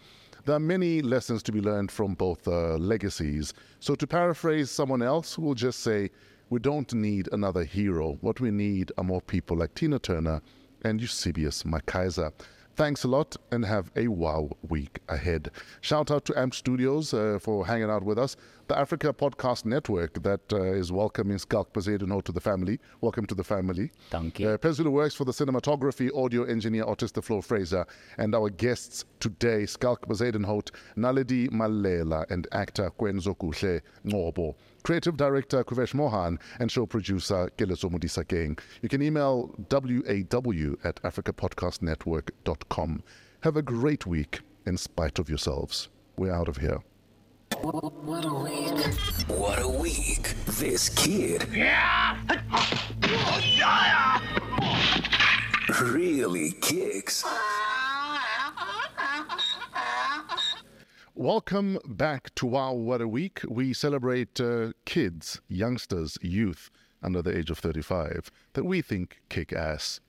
C: There are many lessons to be learned from both uh, legacies. So, to paraphrase someone else, we'll just say we don't need another hero. What we need are more people like Tina Turner and Eusebius Makaiser. Thanks a lot and have a wow week ahead. Shout out to AMP Studios uh, for hanging out with us. The Africa Podcast Network that uh, is welcoming Skalk Poseidon to the family. Welcome to the family.
E: Thank you.
C: Uh, Pezulu works for the cinematography, audio engineer, artist the Flo Fraser, and our guests today, Skalk Bazadenhout, Naledi Malela, and actor Kwenzo Kuhle Ngobo. Creative director Kuvesh Mohan and show producer Keleso Mudisa Gang. You can email waw at africapodcastnetwork.com. Have a great week in spite of yourselves. We're out of here.
D: What a week.
B: What a week. This kid really kicks.
C: Welcome back to Wow What a Week. We celebrate uh, kids, youngsters, youth under the age of 35 that we think kick ass.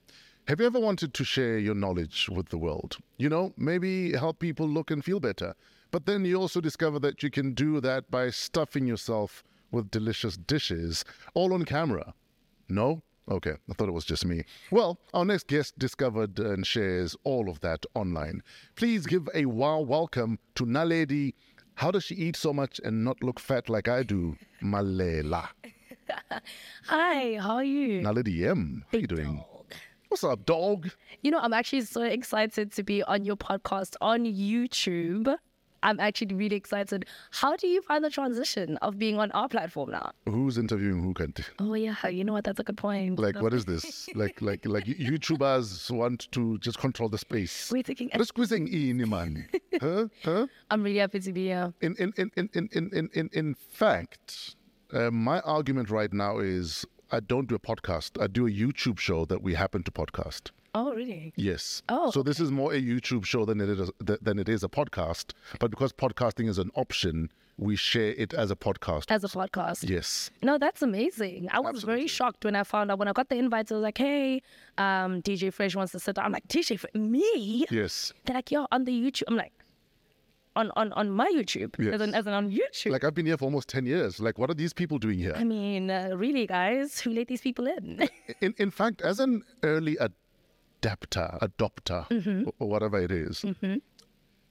C: Have you ever wanted to share your knowledge with the world? You know, maybe help people look and feel better. But then you also discover that you can do that by stuffing yourself with delicious dishes all on camera. No? Okay, I thought it was just me. Well, our next guest discovered and shares all of that online. Please give a wow welcome to Naledi. How does she eat so much and not look fat like I do? Malela.
F: Hi, how are you?
C: Naledi M. How you doing? What's up, dog?
F: You know, I'm actually so excited to be on your podcast on YouTube. I'm actually really excited. How do you find the transition of being on our platform now?
C: Who's interviewing who can
F: Oh yeah, you know what? That's a good point.
C: like what is this? Like like like YouTubers want to just control the space.
F: We're taking.
C: Just squeezing in man. Huh? Huh?
F: I'm really happy to be here.
C: in in in in in in in, in, in fact, uh, my argument right now is I don't do a podcast. I do a YouTube show that we happen to podcast.
F: Oh really?
C: Yes.
F: Oh,
C: So this is more a YouTube show than it is th- than it is a podcast. But because podcasting is an option, we share it as a podcast.
F: As a podcast.
C: yes.
F: No, that's amazing. I was very shocked when I found out when I got the invite. I was like, "Hey, um, DJ Fresh wants to sit down." I'm like, "DJ Fresh, me?"
C: Yes.
F: They're like, "Yo, on the YouTube." I'm like, "On on on my YouTube,
C: Yes.
F: as, in, as in on YouTube."
C: Like I've been here for almost ten years. Like, what are these people doing here?
F: I mean, uh, really, guys, who let these people in?
C: in in fact, as an early adapter, adopter,
F: Mm-hmm.
C: or- or whatever it is,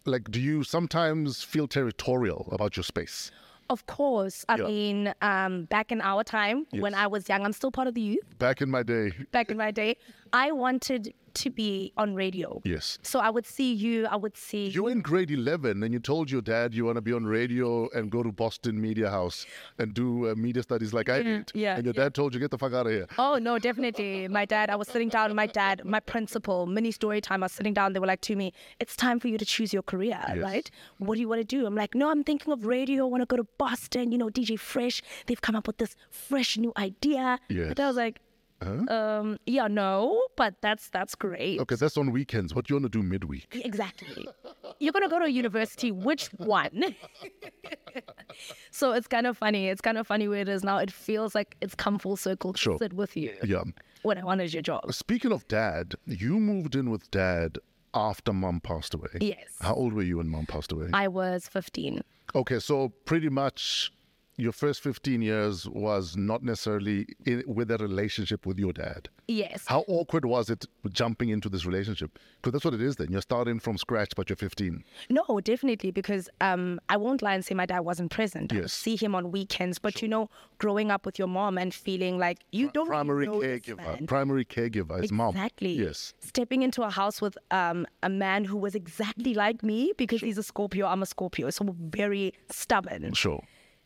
C: like, do you sometimes feel territorial about your space?
F: of course. I
C: Yeah.
F: mean, um, back in our time, when
C: Yes.
F: I was young, I'm still part of the youth.
C: Back in my day,
F: Back in my day, I wanted to be on radio.
C: yes.
F: So I would see you. I would see.
C: You were in grade 11 and you told your dad you want to be on radio and go to Boston Media House and do uh, media studies like I did.
F: Mm-hmm. yeah,
C: And your dad told you, get the fuck out of here.
F: Oh no, definitely. My dad. I was sitting down. with My dad, my principal, mini story time. I was sitting down. They were like to me, "It's time for you to choose your career, right? What do you want to do?" I'm like, "No, I'm thinking of radio. I want to go to Boston. You know, DJ Fresh. They've come up with this fresh new idea." But I
C: Yes. Uh-huh.
F: was like, um, "Yeah, no, but that's that's great.
C: Okay, that's on weekends. What do you want to do midweek?
F: Exactly. You're gonna go to university. Which one?" so it's kind of funny. It's kind of funny where it is now. It feels like it's come full circle to
C: Sure.
F: sit with you.
C: Yeah.
F: What I wanted your job.
C: Speaking of dad, you moved in with dad after mom passed away.
F: Yes.
C: How old were you when mom passed away?
F: I was 15.
C: Okay, so pretty much your first 15 years was not necessarily in, with a relationship with your dad.
F: Yes.
C: How awkward was it jumping into this relationship? Because that's what it is then. You're starting from scratch, but you're 15.
F: No, definitely, because um, I won't lie and say my dad wasn't present. I would
C: Yes.
F: see him on weekends, but you know, growing up with your mom and feeling like you don't really
C: Primary
F: know this
C: caregiver.
F: man.
C: Primary caregiver is mom.
F: Exactly.
C: Yes.
F: Stepping into a house with um, a man who was exactly like me because he's a Scorpio, I'm a Scorpio, so very stubborn.
C: Sure.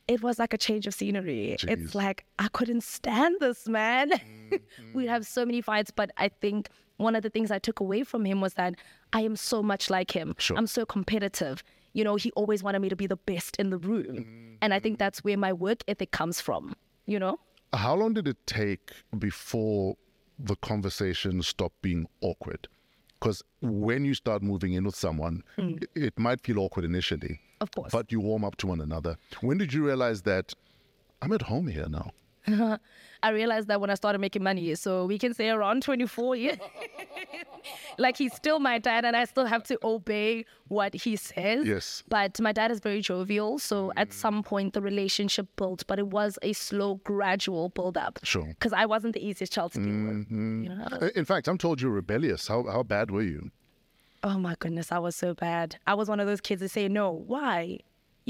F: it was like a change of scenery.
C: Jeez.
F: It's like I couldn't stand this man. We'd have so many fights, but I think one of the things I took away from him was that I am so much like him.
C: Sure.
F: I'm so competitive. You know, he always wanted me to be the best in the
C: Mm-hmm.
F: room. And I think that's where my work ethic comes from, you know?
C: How long did it take before the conversation stopped being awkward? Because when you start moving in with someone, i- it might feel awkward initially.
F: Hmm. Of course.
C: But you warm up to one another. When did you realize that I'm at home here now?
F: I realized that when I started making money. So we can say around 24 years. like he's still my dad, and I still have to obey what he says.
C: Yes. Mm.
F: But my dad is very jovial. So at some point, the relationship built, but it was a slow, gradual build up.
C: Sure. Mm-hmm.
F: Because I wasn't the easiest child to deal with. You know?
C: I- In fact, I'm told you're rebellious. How, how bad were you?
F: Oh my goodness, I was so bad. I was one of those kids that say, no, why?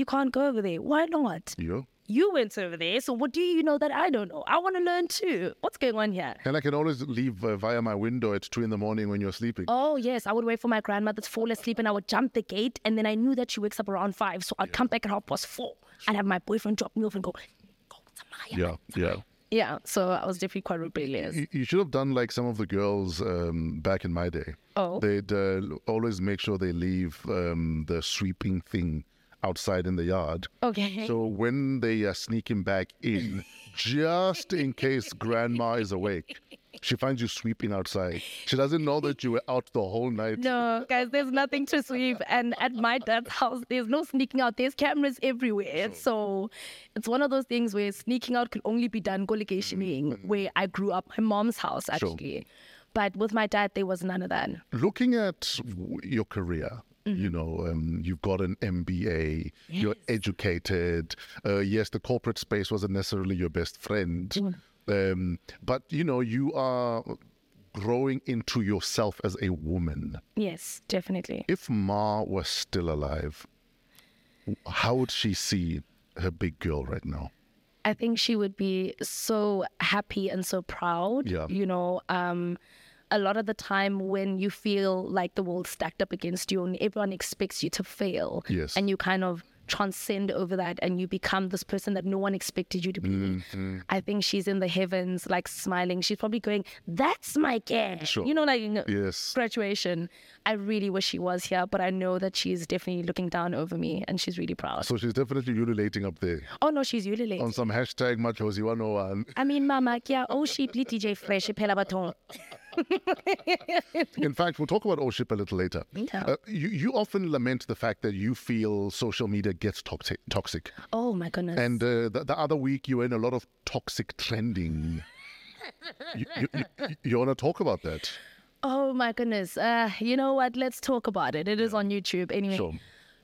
F: You can't go over there. Why not?
C: You?
F: You went over there. So what do you know that I don't know? I want to learn too. What's going on here?
C: And I can always leave uh, via my window at two in the morning when you're sleeping.
F: Oh yes, I would wait for my grandmother to fall asleep, and I would jump the gate, and then I knew that she wakes up around five, so I'd come back at half past four. I'd have my boyfriend drop me off and go, go to Maya.
C: Yeah, yeah.
F: Yeah, so I was definitely quite rebellious.
C: You, you should have done like some of the girls um, back in my day.
F: Oh.
C: They'd uh, l- always make sure they leave um, the sweeping thing outside in the yard.
F: Okay.
C: So when they are sneaking back in, just in case grandma is awake, she finds you sweeping outside. She doesn't know that you were out the whole night.
F: no, guys, there's nothing to sweep, and at my dad's house, there's no sneaking out. There's cameras everywhere, so it's one of those things where sneaking out could only be done
C: Mm-hmm.
F: mm where I grew up, my mom's house actually. But with my dad, there was none of that.
C: Looking at w- your career, you know, um, you've got an MBA, you're educated. Uh, yes, the corporate space wasn't necessarily your best friend, um, but you know, you are growing into yourself as a woman.
F: Yes, definitely.
C: If Ma was still alive, w- how would she see her big girl right now?
F: I think she would be so happy and so proud.
C: Yeah.
F: You know, um, a lot of the time when you feel like the world's stacked up against you and everyone expects you to fail,
C: Yes.
F: and you kind of transcend over that and you become this person that no one expected you to be.
C: Mm-hmm.
F: I think she's in the heavens, like smiling. She's probably going, "That's my kid."
C: Sure.
F: You know, like you know,
C: Yes.
F: graduation. I really wish she was here, but I know that she's definitely looking down over me and she's really proud.
C: So she's definitely ululating up there
F: oh no, she's ululating.
C: on some hashtag Machosi 101.
F: I mean, Mama, oh, kia o shibli DJ Fresh phela batho.
C: In fact, we'll talk about Oship a little later.
F: Yeah.
C: Uh, you, you often lament the fact that you feel social media gets toxic. toxic.
F: Oh my goodness.
C: And uh, the, the other week, you were in a lot of toxic trending. you, you, you, you want to talk about that?
F: oh my goodness. Uh, you know what? Let's talk about it. It is on YouTube anyway.
C: Sure.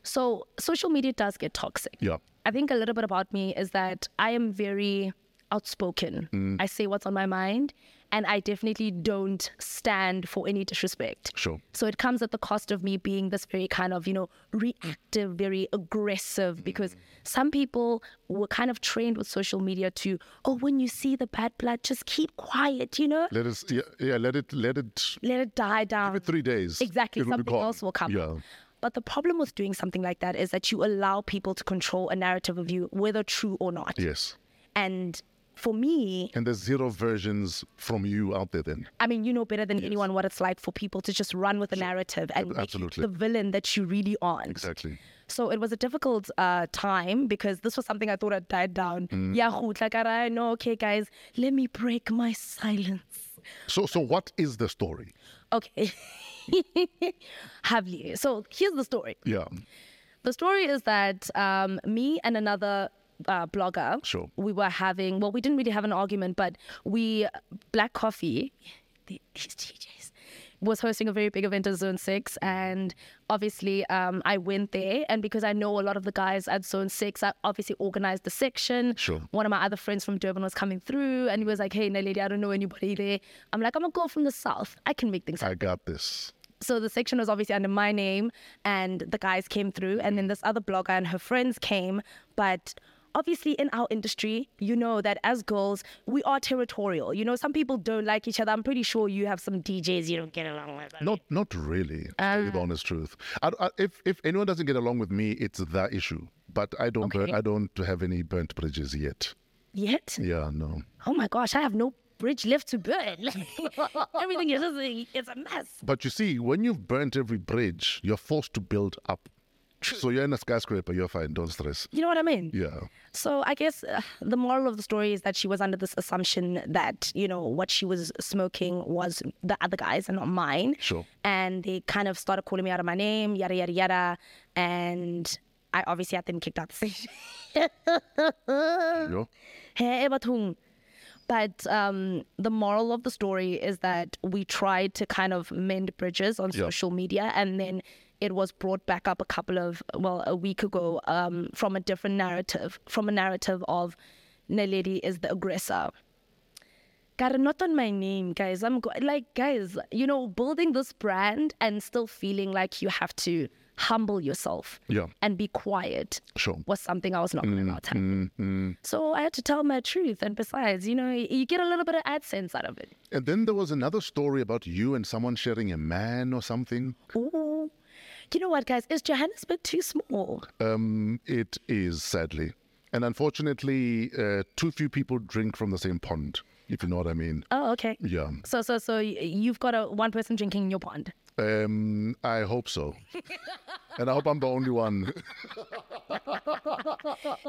F: So social media does get toxic.
C: Yeah.
F: I think a little bit about me is that I am very outspoken. I say what's on my mind, and I definitely don't stand for any disrespect.
C: Sure.
F: So it comes at the cost of me being this very kind of, you know, reactive, very aggressive, because some people were kind of trained with social media to, oh, when you see the bad blood, just keep quiet, you know,
C: Let us, yeah, yeah, let it, let it,
F: let it die down.
C: for three days.
F: Exactly,
C: it will be
F: something
C: gone.
F: else will come.
C: Yeah.
F: But the problem with doing something like that is that you allow people to control a narrative of you, whether true or not.
C: Yes.
F: And for me,
C: And there's zero versions from you out there then.
F: I mean, you know better than anyone what it's like for people to just run with a narrative and make you
C: absolutely.
F: the villain that you really aren't.
C: Exactly.
F: So it was a difficult uh, time because this was something I thought had died down.
C: Mm.
F: Yeah, goed, like I know, okay, guys, let me break my silence.
C: So, so what is the story?
F: Okay. Have you? So here's the story.
C: Yeah.
F: The story is that um, me and another uh, blogger,
C: Sure.
F: we were having, well, we didn't really have an argument, but we, Black Coffee, the, these DJs, was hosting a very big event at Zone 6. And obviously, um, I went there. And because I know a lot of the guys at Zone 6, I obviously organized the section.
C: Sure.
F: One of my other friends from Durban was coming through and he was like, hey, no, lady, I don't know anybody there. I'm like, I'm a girl from the South. I can make things
C: I got this.
F: so the section was obviously under my
C: Mm-hmm.
F: name and the guys came through and then this other blogger and her friends came but obviously in our industry, you know that as girls, we are territorial. You know, some people don't like each other. I'm pretty sure you have some DJs you don't get along with.
C: Not not really. to tell you the honest truth. I, I- if if anyone doesn't get along with me, it's their issue. But I don't bur-
F: Okay.
C: I don't have any burnt bridges yet.
F: Yet,
C: Yeah, no.
F: oh my gosh, I have no bridge left to burn. Everything is just, it's a mess.
C: But you see, when you've burnt every bridge, you're forced to build up. So you're in a skyscraper. You're fine. Don't stress.
F: You know what I mean?
C: Yeah.
F: So I guess uh, the moral of the story is that she was under this assumption that you know what she was smoking was the other guys and not mine.
C: Sure.
F: And they kind of started calling me out of my name, yada yada yada, and I obviously had them kicked out the station.
C: Yo.
F: Hey, Batung. But um, the moral of the story is that we tried to kind of mend bridges on
C: Yeah.
F: social media, and then it was brought back up a couple of well, a week ago um, from a different narrative, from a narrative of Naledi is the aggressor. God, not on my name, guys. I'm go- like, guys, you know, building this brand and still feeling like you have to humble yourself
C: Yeah.
F: and be quiet
C: Sure. Mm,
F: was something I was not going about. happening. So I had to tell my truth. And besides, you know, y- you get a little bit of AdSense out of it.
C: And then there was another story about you and someone sharing a man or something.
F: Ooh. You know what, guys? Is Johannesburg too small?
C: It is sadly, and unfortunately, uh, too few people drink from the same pond. If you know what I mean.
F: Oh, okay.
C: Yeah.
F: So, so, so y- you've got a one person drinking in your pond.
C: Um, I hope so. and I hope I'm the only one.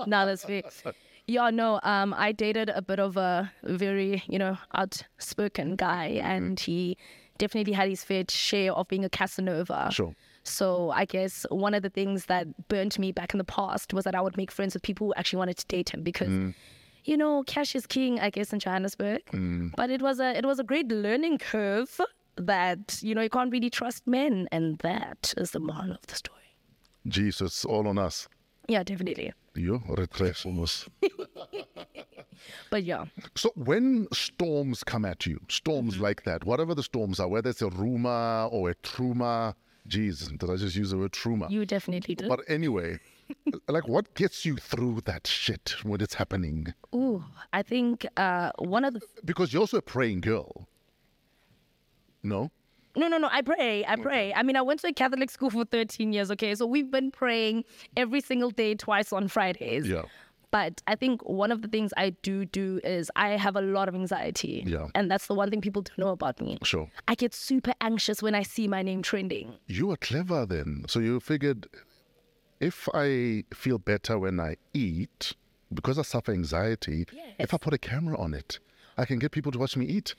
F: now that's fair. Yeah, no, um, I dated a bit of a very, you know, outspoken guy, and he definitely had his fair share of being a Casanova.
C: Sure.
F: So I guess one of the things that burnt me back in the past was that I would make friends with people who actually wanted to date him because. You know, cash is king, I guess, in Johannesburg. But it was a it was a great learning curve that you know you can't really trust men, and that is the moral of the story.
C: Jesus, all on us.
F: Yeah, definitely.
C: You retrace almost.
F: But yeah,
C: So when storms come at you, storms
F: Mm-hmm.
C: like that, whatever the storms are, whether it's a rumor or a trauma, Jesus, did I just use the word trauma?
F: you definitely did.
C: but anyway, like what gets you through that shit when it's happening?
F: Ooh, I think uh, one of the
C: Because you're also a praying girl. No?
F: no, no, no. I pray, I pray. I mean, I went to a Catholic school for 13 years. Okay, so we've been praying every single day, twice on Fridays.
C: Yeah.
F: But I think one of the things I do do is I have a lot of anxiety.
C: Yeah.
F: And that's the one thing people don't know about me.
C: Sure.
F: I get super anxious when I see my name trending.
C: You were clever then. So you figured if I feel better when I eat, because I suffer anxiety, if I put a camera on it, I can get people to watch me eat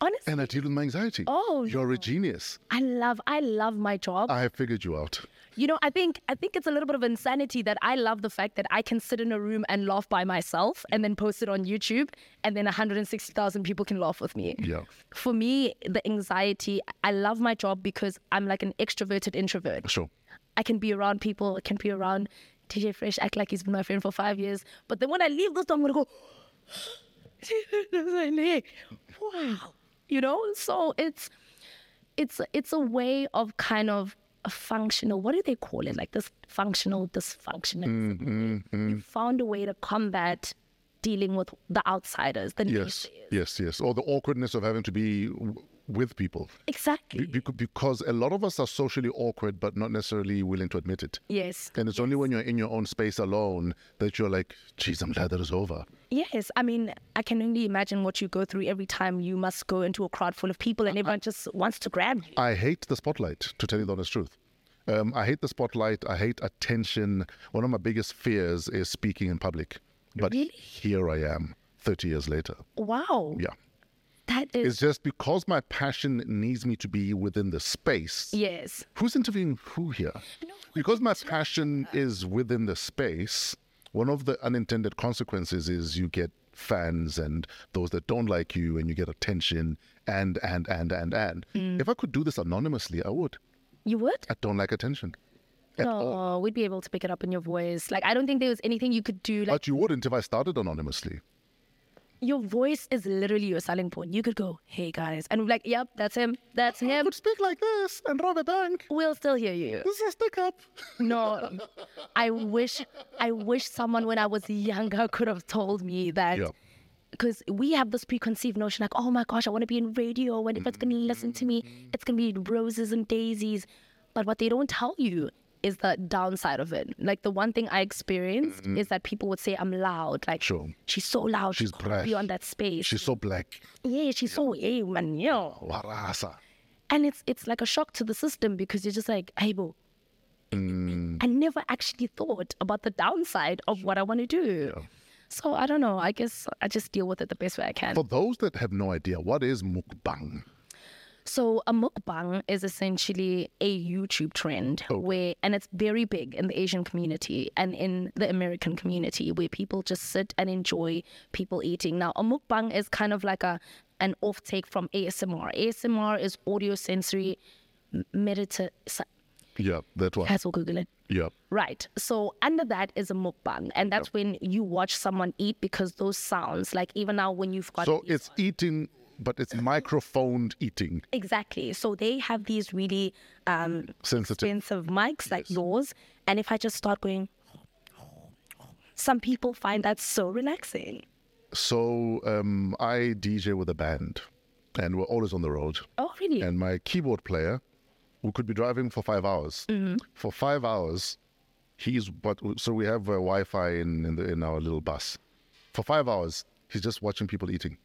F: Honestly,
C: and I deal with my anxiety.
F: Oh,
C: You're a genius.
F: I love, I love my job.
C: I have figured you out.
F: You know, I think I think it's a little bit of insanity that I love the fact that I can sit in a room and laugh by myself and then post it on YouTube and then 160,000 people can laugh with me.
C: Yeah.
F: For me, the anxiety, I love my job because I'm like an extroverted introvert.
C: Sure.
F: I can be around people, I can be around TJ Fresh, act like he's been my friend for five years. But then when I leave this door, I'm gonna go, wow. You know? So it's it's it's a way of kind of a functional what do they call it? Like this functional dysfunctional.
C: Mm-hmm,
F: You found a way to combat dealing with the outsiders, the
C: Yes.
F: naysayers.
C: Yes, yes. Or the awkwardness of having to be w- with people. Be-
F: Exactly.
C: bec- Because a lot of us are socially awkward, but not necessarily willing to admit it.
F: Yes.
C: And it's only when you're in your own space alone that you're like, geez, I'm glad that is over.
F: Yes, I mean, I can only imagine what you go through every time you must go into a crowd full of people and everyone just wants to grab you.
C: I hate the spotlight, to tell you the honest truth. Um, I hate the spotlight. I hate attention. One of my biggest fears is speaking in public. But
F: Really?
C: here I am, 30 years later.
F: Wow,
C: Yeah.
F: that is
C: It's just because my passion needs me to be within the space.
F: yes.
C: Who's interviewing who here? because my passion is within the space, one of the unintended consequences is you get fans and those that don't like you and you get attention and, and, and, and, and. If I could do this anonymously, I would.
F: You would?
C: I don't like attention. At all.
F: Oh, we'd be able to pick it up in your voice. Like, I don't think there was anything you could do. Like,
C: But you wouldn't if I started anonymously.
F: your voice is literally your selling point. You could go, hey guys, and we're like, yep, that's him, that's him.
C: could speak like this and rob a bank.
F: We'll still hear you.
C: This is a stick up.
F: No, I wish, I wish someone when I was younger could have told me that.
C: Yeah.
F: Because we have this preconceived notion, like, oh my gosh, I want to be in radio, and if it's gonna listen to me,
C: Mm-hmm.
F: it's gonna be roses and daisies. But what they don't tell you is the downside of it. Like the one thing I experienced is that people would say I'm loud, like
C: Mm-hmm. Sure.
F: she's so loud,
C: She's
F: she's
C: brash.
F: beyond that space.
C: She's so black.
F: yeah, she's so hey man, yeah
C: Warasa.
F: and it's it's like a shock to the system because you're just like, hey, bro,
C: Mm.
F: I never actually thought about the downside of what I want to do. So I don't know. I guess I just deal with it the best way I can.
C: For those that have no idea, what is mukbang?
F: So a mukbang is essentially a YouTube trend where, and it's very big in the Asian community and in the American community, where people just sit and enjoy people eating. Now, a mukbang is kind of like a an offtake from ASMR. ASMR is audio sensory medita.
C: Yeah, that one.
F: That's all Google it.
C: Yeah.
F: Right. So under that is a mukbang, and that's when you watch someone eat because those sounds, like even now when you've got
C: So it's eating, but it's microphoned eating.
F: exactly. So they have these really um,
C: Sensitive.
F: expensive mics like yours, and if I just start going, some people find that so relaxing.
C: So um, I DJ with a band, and we're always on the road.
F: Oh, really?
C: And my keyboard player, who could be driving for five hours,
F: Mm-hmm.
C: for five hours, he's but so we have uh, Wi-Fi in in, the, in our little bus. For five hours, he's just watching people eating.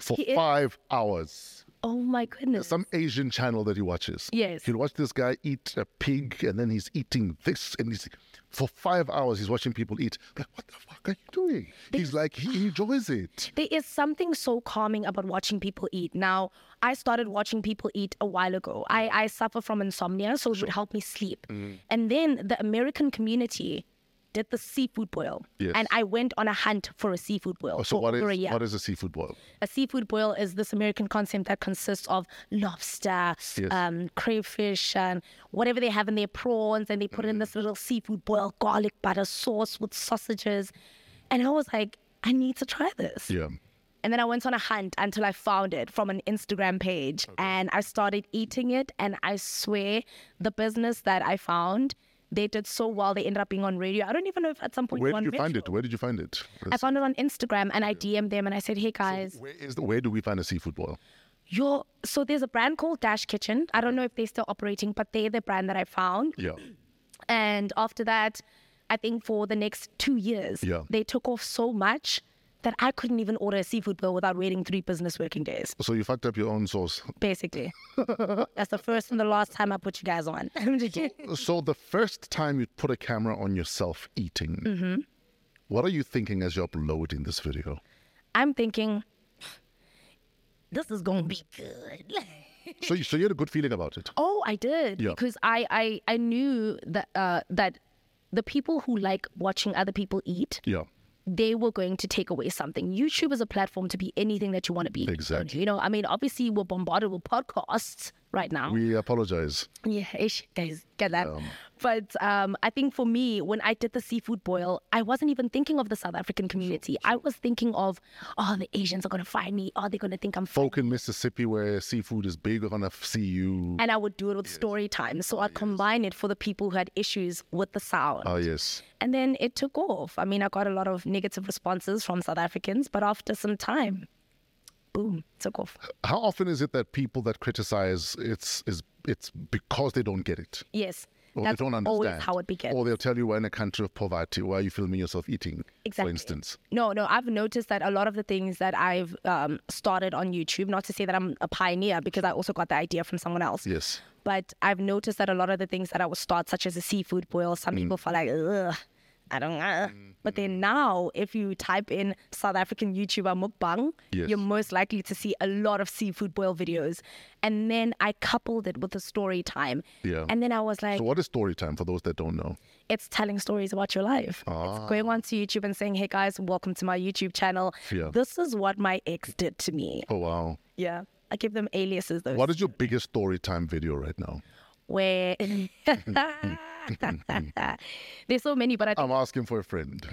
C: For
F: He is-
C: five hours,
F: oh my goodness.
C: some Asian channel that he watches.
F: Yes.
C: he'll watch this guy eat a pig, and then he's eating this, and he's for five hours he's watching people eat. Like, what the fuck are you doing? He's like, he enjoys it.
F: there is something so calming about watching people eat. Now, I started watching people eat a while ago. I, I suffer from insomnia, so it would help me sleep. And then the American community did the seafood boil.
C: Yes.
F: And I went on a hunt for a seafood boil.
C: Oh, so
F: for
C: what is
F: over a year.
C: what is a seafood boil?
F: A seafood boil is this American concept that consists of lobster, um, crayfish, and whatever they have in their prawns, and they put it
C: Mm.
F: in this little seafood boil, garlic butter sauce with sausages. And I was like, I need to try this.
C: Yeah.
F: And then I went on a hunt until I found it from an Instagram page and I started eating it. And I swear, the business that I found, they did so well. They ended up being on radio. I don't even know if at some point
C: Where
F: they were
C: did you
F: on
C: find it?
F: Metro.
C: Where did you find it?
F: I found it on Instagram and I DM'd them and I said, hey guys,
C: Where is the, where do we find a seafood boil?
F: you're. So there's a brand called Dash Kitchen. I don't know if they're still operating, but they're the brand that I found.
C: Yeah.
F: And after that, I think for the next two years,
C: Yeah.
F: they took off so much that I couldn't even order a seafood bill without waiting three business working days.
C: So you fucked up your own sauce.
F: basically. That's the first and the last time I put you guys on. I'm just kidding.
C: So the first time you put a camera on yourself eating,
F: Mm-hmm.
C: what are you thinking as you're uploading this video?
F: I'm thinking, this is gonna be good.
C: So you, so you had a good feeling about it.
F: oh, I did
C: Yeah.
F: because I I I knew that uh, that the people who like watching other people eat,
C: Yeah.
F: they were going to take away something. YouTube is a platform to be anything that you want to be.
C: Exactly.
F: You know, I mean, obviously we're bombarded with podcasts right now.
C: We apologize.
F: Yeah, ish, guys, get that. but um, I think for me, when I did the seafood boil, I wasn't even thinking of the South African community. I was thinking of, oh, the Asians are gonna find me. Oh, they're gonna think I'm. F-.
C: Folk in Mississippi where seafood is big are gonna f- see you.
F: And I would do it with story time. So I'd combine it for the people who had issues with the sound.
C: Oh yes.
F: and then it took off. I mean, I got a lot of negative responses from South Africans, but after some time, boom, took off.
C: How often is it that people that criticize it's is it's because they don't get it?
F: Yes.
C: Or
F: that's
C: they don't understand.
F: always how it begins.
C: Or they'll tell you we're in a country of poverty. Why are you filming yourself eating? For
F: Exactly.
C: instance.
F: No, no, I've noticed that a lot of the things that I've um, started on YouTube, not to say that I'm a pioneer because I also got the idea from someone else.
C: Yes.
F: But I've noticed that a lot of the things that I would start, such as a seafood boil,
C: Mm.
F: some people felt like, ugh, I don't know.
C: Mm-hmm.
F: But then now, if you type in South African YouTuber mukbang,
C: Yes.
F: you're most likely to see a lot of seafood boil videos. And then I coupled it with the story time.
C: Yeah.
F: And then I was like,
C: So what is story time for those that don't know?
F: it's telling stories about your life.
C: Ah.
F: It's going onto YouTube and saying, "Hey guys, welcome to my YouTube channel.
C: Yeah.
F: This is what my ex did to me."
C: Oh wow.
F: Yeah, I give them aliases though.
C: What is your biggest story time video right now?
F: Where there's so many, but I,
C: Oh. I'm asking for a friend.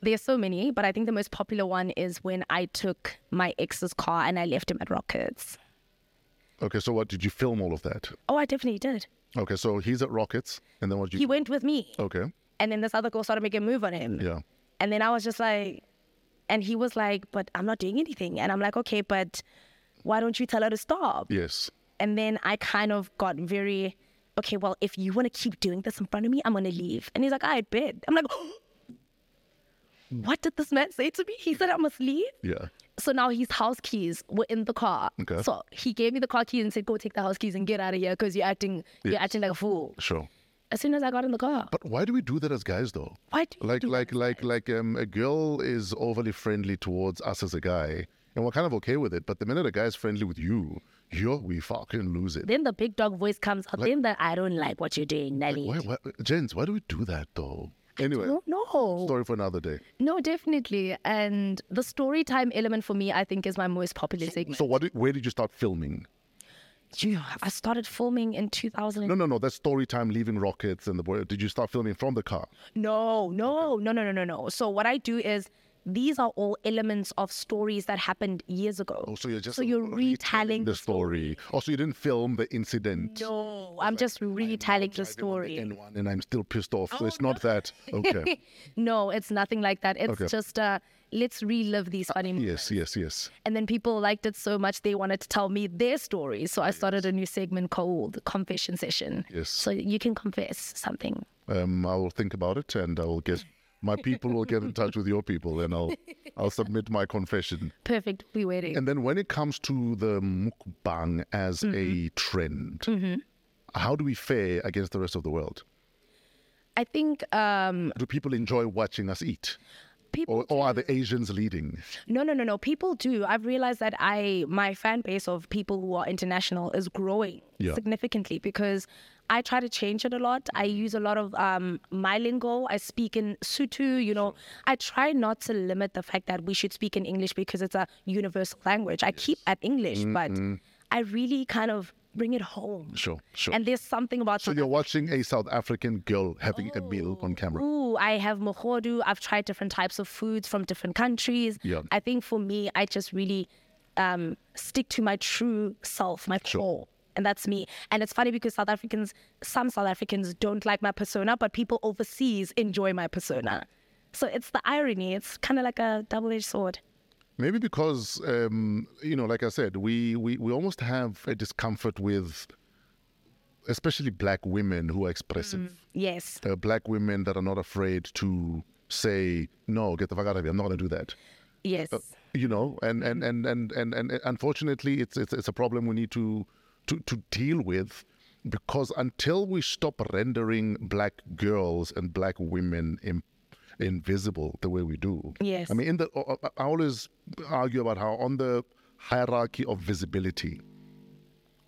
F: There's so many, but I think the most popular one is when I took my ex's car and I left him at Rockets.
C: Okay, so what did you film all of that?
F: Oh, I definitely did.
C: Okay, so he's at Rockets, and then what did
F: He
C: you?
F: went with me.
C: okay,
F: And then this other girl started making a move on him.
C: yeah,
F: And then I was just like, and he was like, but I'm not doing anything. And I'm like, okay, but why don't you tell her to stop?
C: yes,
F: And then I kind of got very, okay, well, if you want to keep doing this in front of me, I'm going to leave. And he's like, I bet. I'm like, what did this man say to me? He said I must leave.
C: yeah.
F: So now his house keys were in the car.
C: Okay.
F: So he gave me the car keys and said, go take the house keys and get out of here because you're acting, you're
C: Yes.
F: acting like a fool.
C: Sure.
F: As soon as I got in the car,
C: But why do we do that as guys, though?
F: Why do you
C: like,
F: do that
C: like,
F: as
C: like, like, um, a girl is overly friendly towards us as a guy, and we're kind of okay with it. But the minute a guy's friendly with you, yo, we fucking lose it.
F: then the big dog voice comes out. then that I don't like what you're doing, Nelly.
C: Why, why, gents, why do we do that though? Anyway,
F: No, no.
C: story for another day.
F: No, definitely. And the story time element for me, I think, is my most popular segment.
C: So, what? Did, where did you start filming?
F: Yeah, I started filming in 2000.
C: No, no, no. That's story time. Leaving rockets and the boy. Did you start filming from the car?
F: No, no, no, no, no, no, no. So what I do is these are all elements of stories that happened years ago.
C: Oh, so you're just
F: so you're retelling
C: the story. Oh, so you didn't film the incident.
F: No, I'm just retelling the
C: And
F: story.
C: one, and I'm still pissed off.
F: Oh,
C: so it's not that. Okay.
F: No, it's nothing like that. It's
C: Okay. Ah,
F: just uh, let's relive these funny
C: yes,
F: moments.
C: yes, yes.
F: And then people liked it so much they wanted to tell me their stories. So I started a new segment called Confession Session.
C: Yes.
F: So you can confess something.
C: Um, I will think about it, and I will get my people will get in touch with your people, and I'll I'll submit my confession.
F: Perfect. Be waiting.
C: And then when it comes to the mukbang as
F: Mm-hmm.
C: a trend, how do we fare against the rest of the world?
F: I think um,
C: Do people enjoy watching us eat,
F: people.
C: or, or are the Asians leading?
F: No, no, no, no. People do. I've realized that I my fan base of people who are international is growing
C: Yeah.
F: significantly because I try to change it a lot. I
C: Mm-hmm.
F: use a lot of um, my lingo. I speak in Sutu. You know, I try not to limit the fact that we should speak in English because it's a universal language. I keep at English, but I really kind of bring it home.
C: Mm-hmm. Sure, sure.
F: And there's something about
C: so you're watching a South African girl having a meal on camera.
F: Ooh, I have mohodu. I've tried different types of foods from different countries.
C: Yeah.
F: I think for me, I just really um, stick to my true self, my core. And that's me. And it's funny because South Africans, some South Africans don't like my persona, but people overseas enjoy my persona. So it's the irony. It's kind of like a double edged sword.
C: Maybe because um, you know, like I said, we, we we almost have a discomfort with, especially black women who are expressive.
F: Yes.
C: Uh, black women that are not afraid to say no, get the fuck out of here. I'm not going to do that.
F: Yes.
C: You know, and and and and and, and unfortunately, it's, it's it's a problem we need to to to deal with because until we stop rendering black girls and black women in, invisible the way we do.
F: Yes.
C: I mean, in the I- I- I always argue about how on the hierarchy of visibility,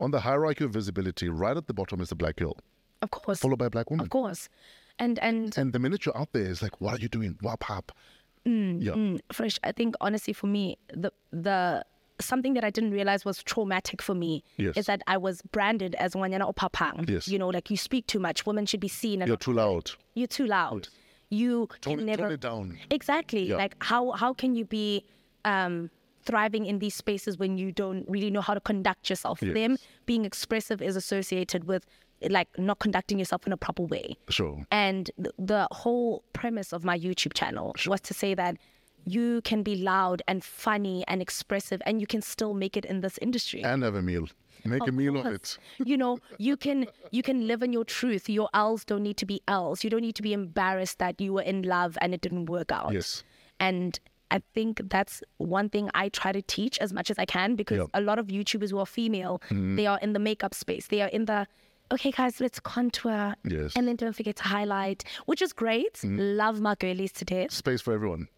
C: on the hierarchy of visibility, right at the bottom is the black girl,
F: of course.
C: followed by a black woman.
F: Of course. And, and
C: And the minute you're out there, it's like, what are you doing? Wap hop.
F: Mm,
C: yeah.
F: fresh i think honestly for me the the something that i didn't realize was traumatic for me
C: Yes.
F: is that i was branded as wanyana or papang
C: Yes.
F: you know like you speak too much women should be seen and
C: You're too loud.
F: you're too loud you
C: Tone,
F: can
C: it-
F: never
C: tone it down.
F: exactly
C: Yeah.
F: like how how can you be um thriving in these spaces when you don't really know how to conduct yourself
C: Yes.
F: them being expressive is associated with like not conducting yourself in a proper way
C: Sure.
F: and th- the whole premise of my YouTube channel was to say that you can be loud and funny and expressive and you can still make it in this industry.
C: And have a meal. Make a meal of it.
F: Because, you know, you can you can live in your truth. Your L's don't need to be L's. You don't need to be embarrassed that you were in love and it didn't work out.
C: Yes.
F: And I think that's one thing I try to teach as much as I can because
C: Yeah. Mm-hmm.
F: a lot of YouTubers who are female, they are in the makeup space. They are in the okay guys, let's contour.
C: Yes. Mm-hmm.
F: And then don't forget to highlight, which is great. Love my girlies to death.
C: Space for everyone.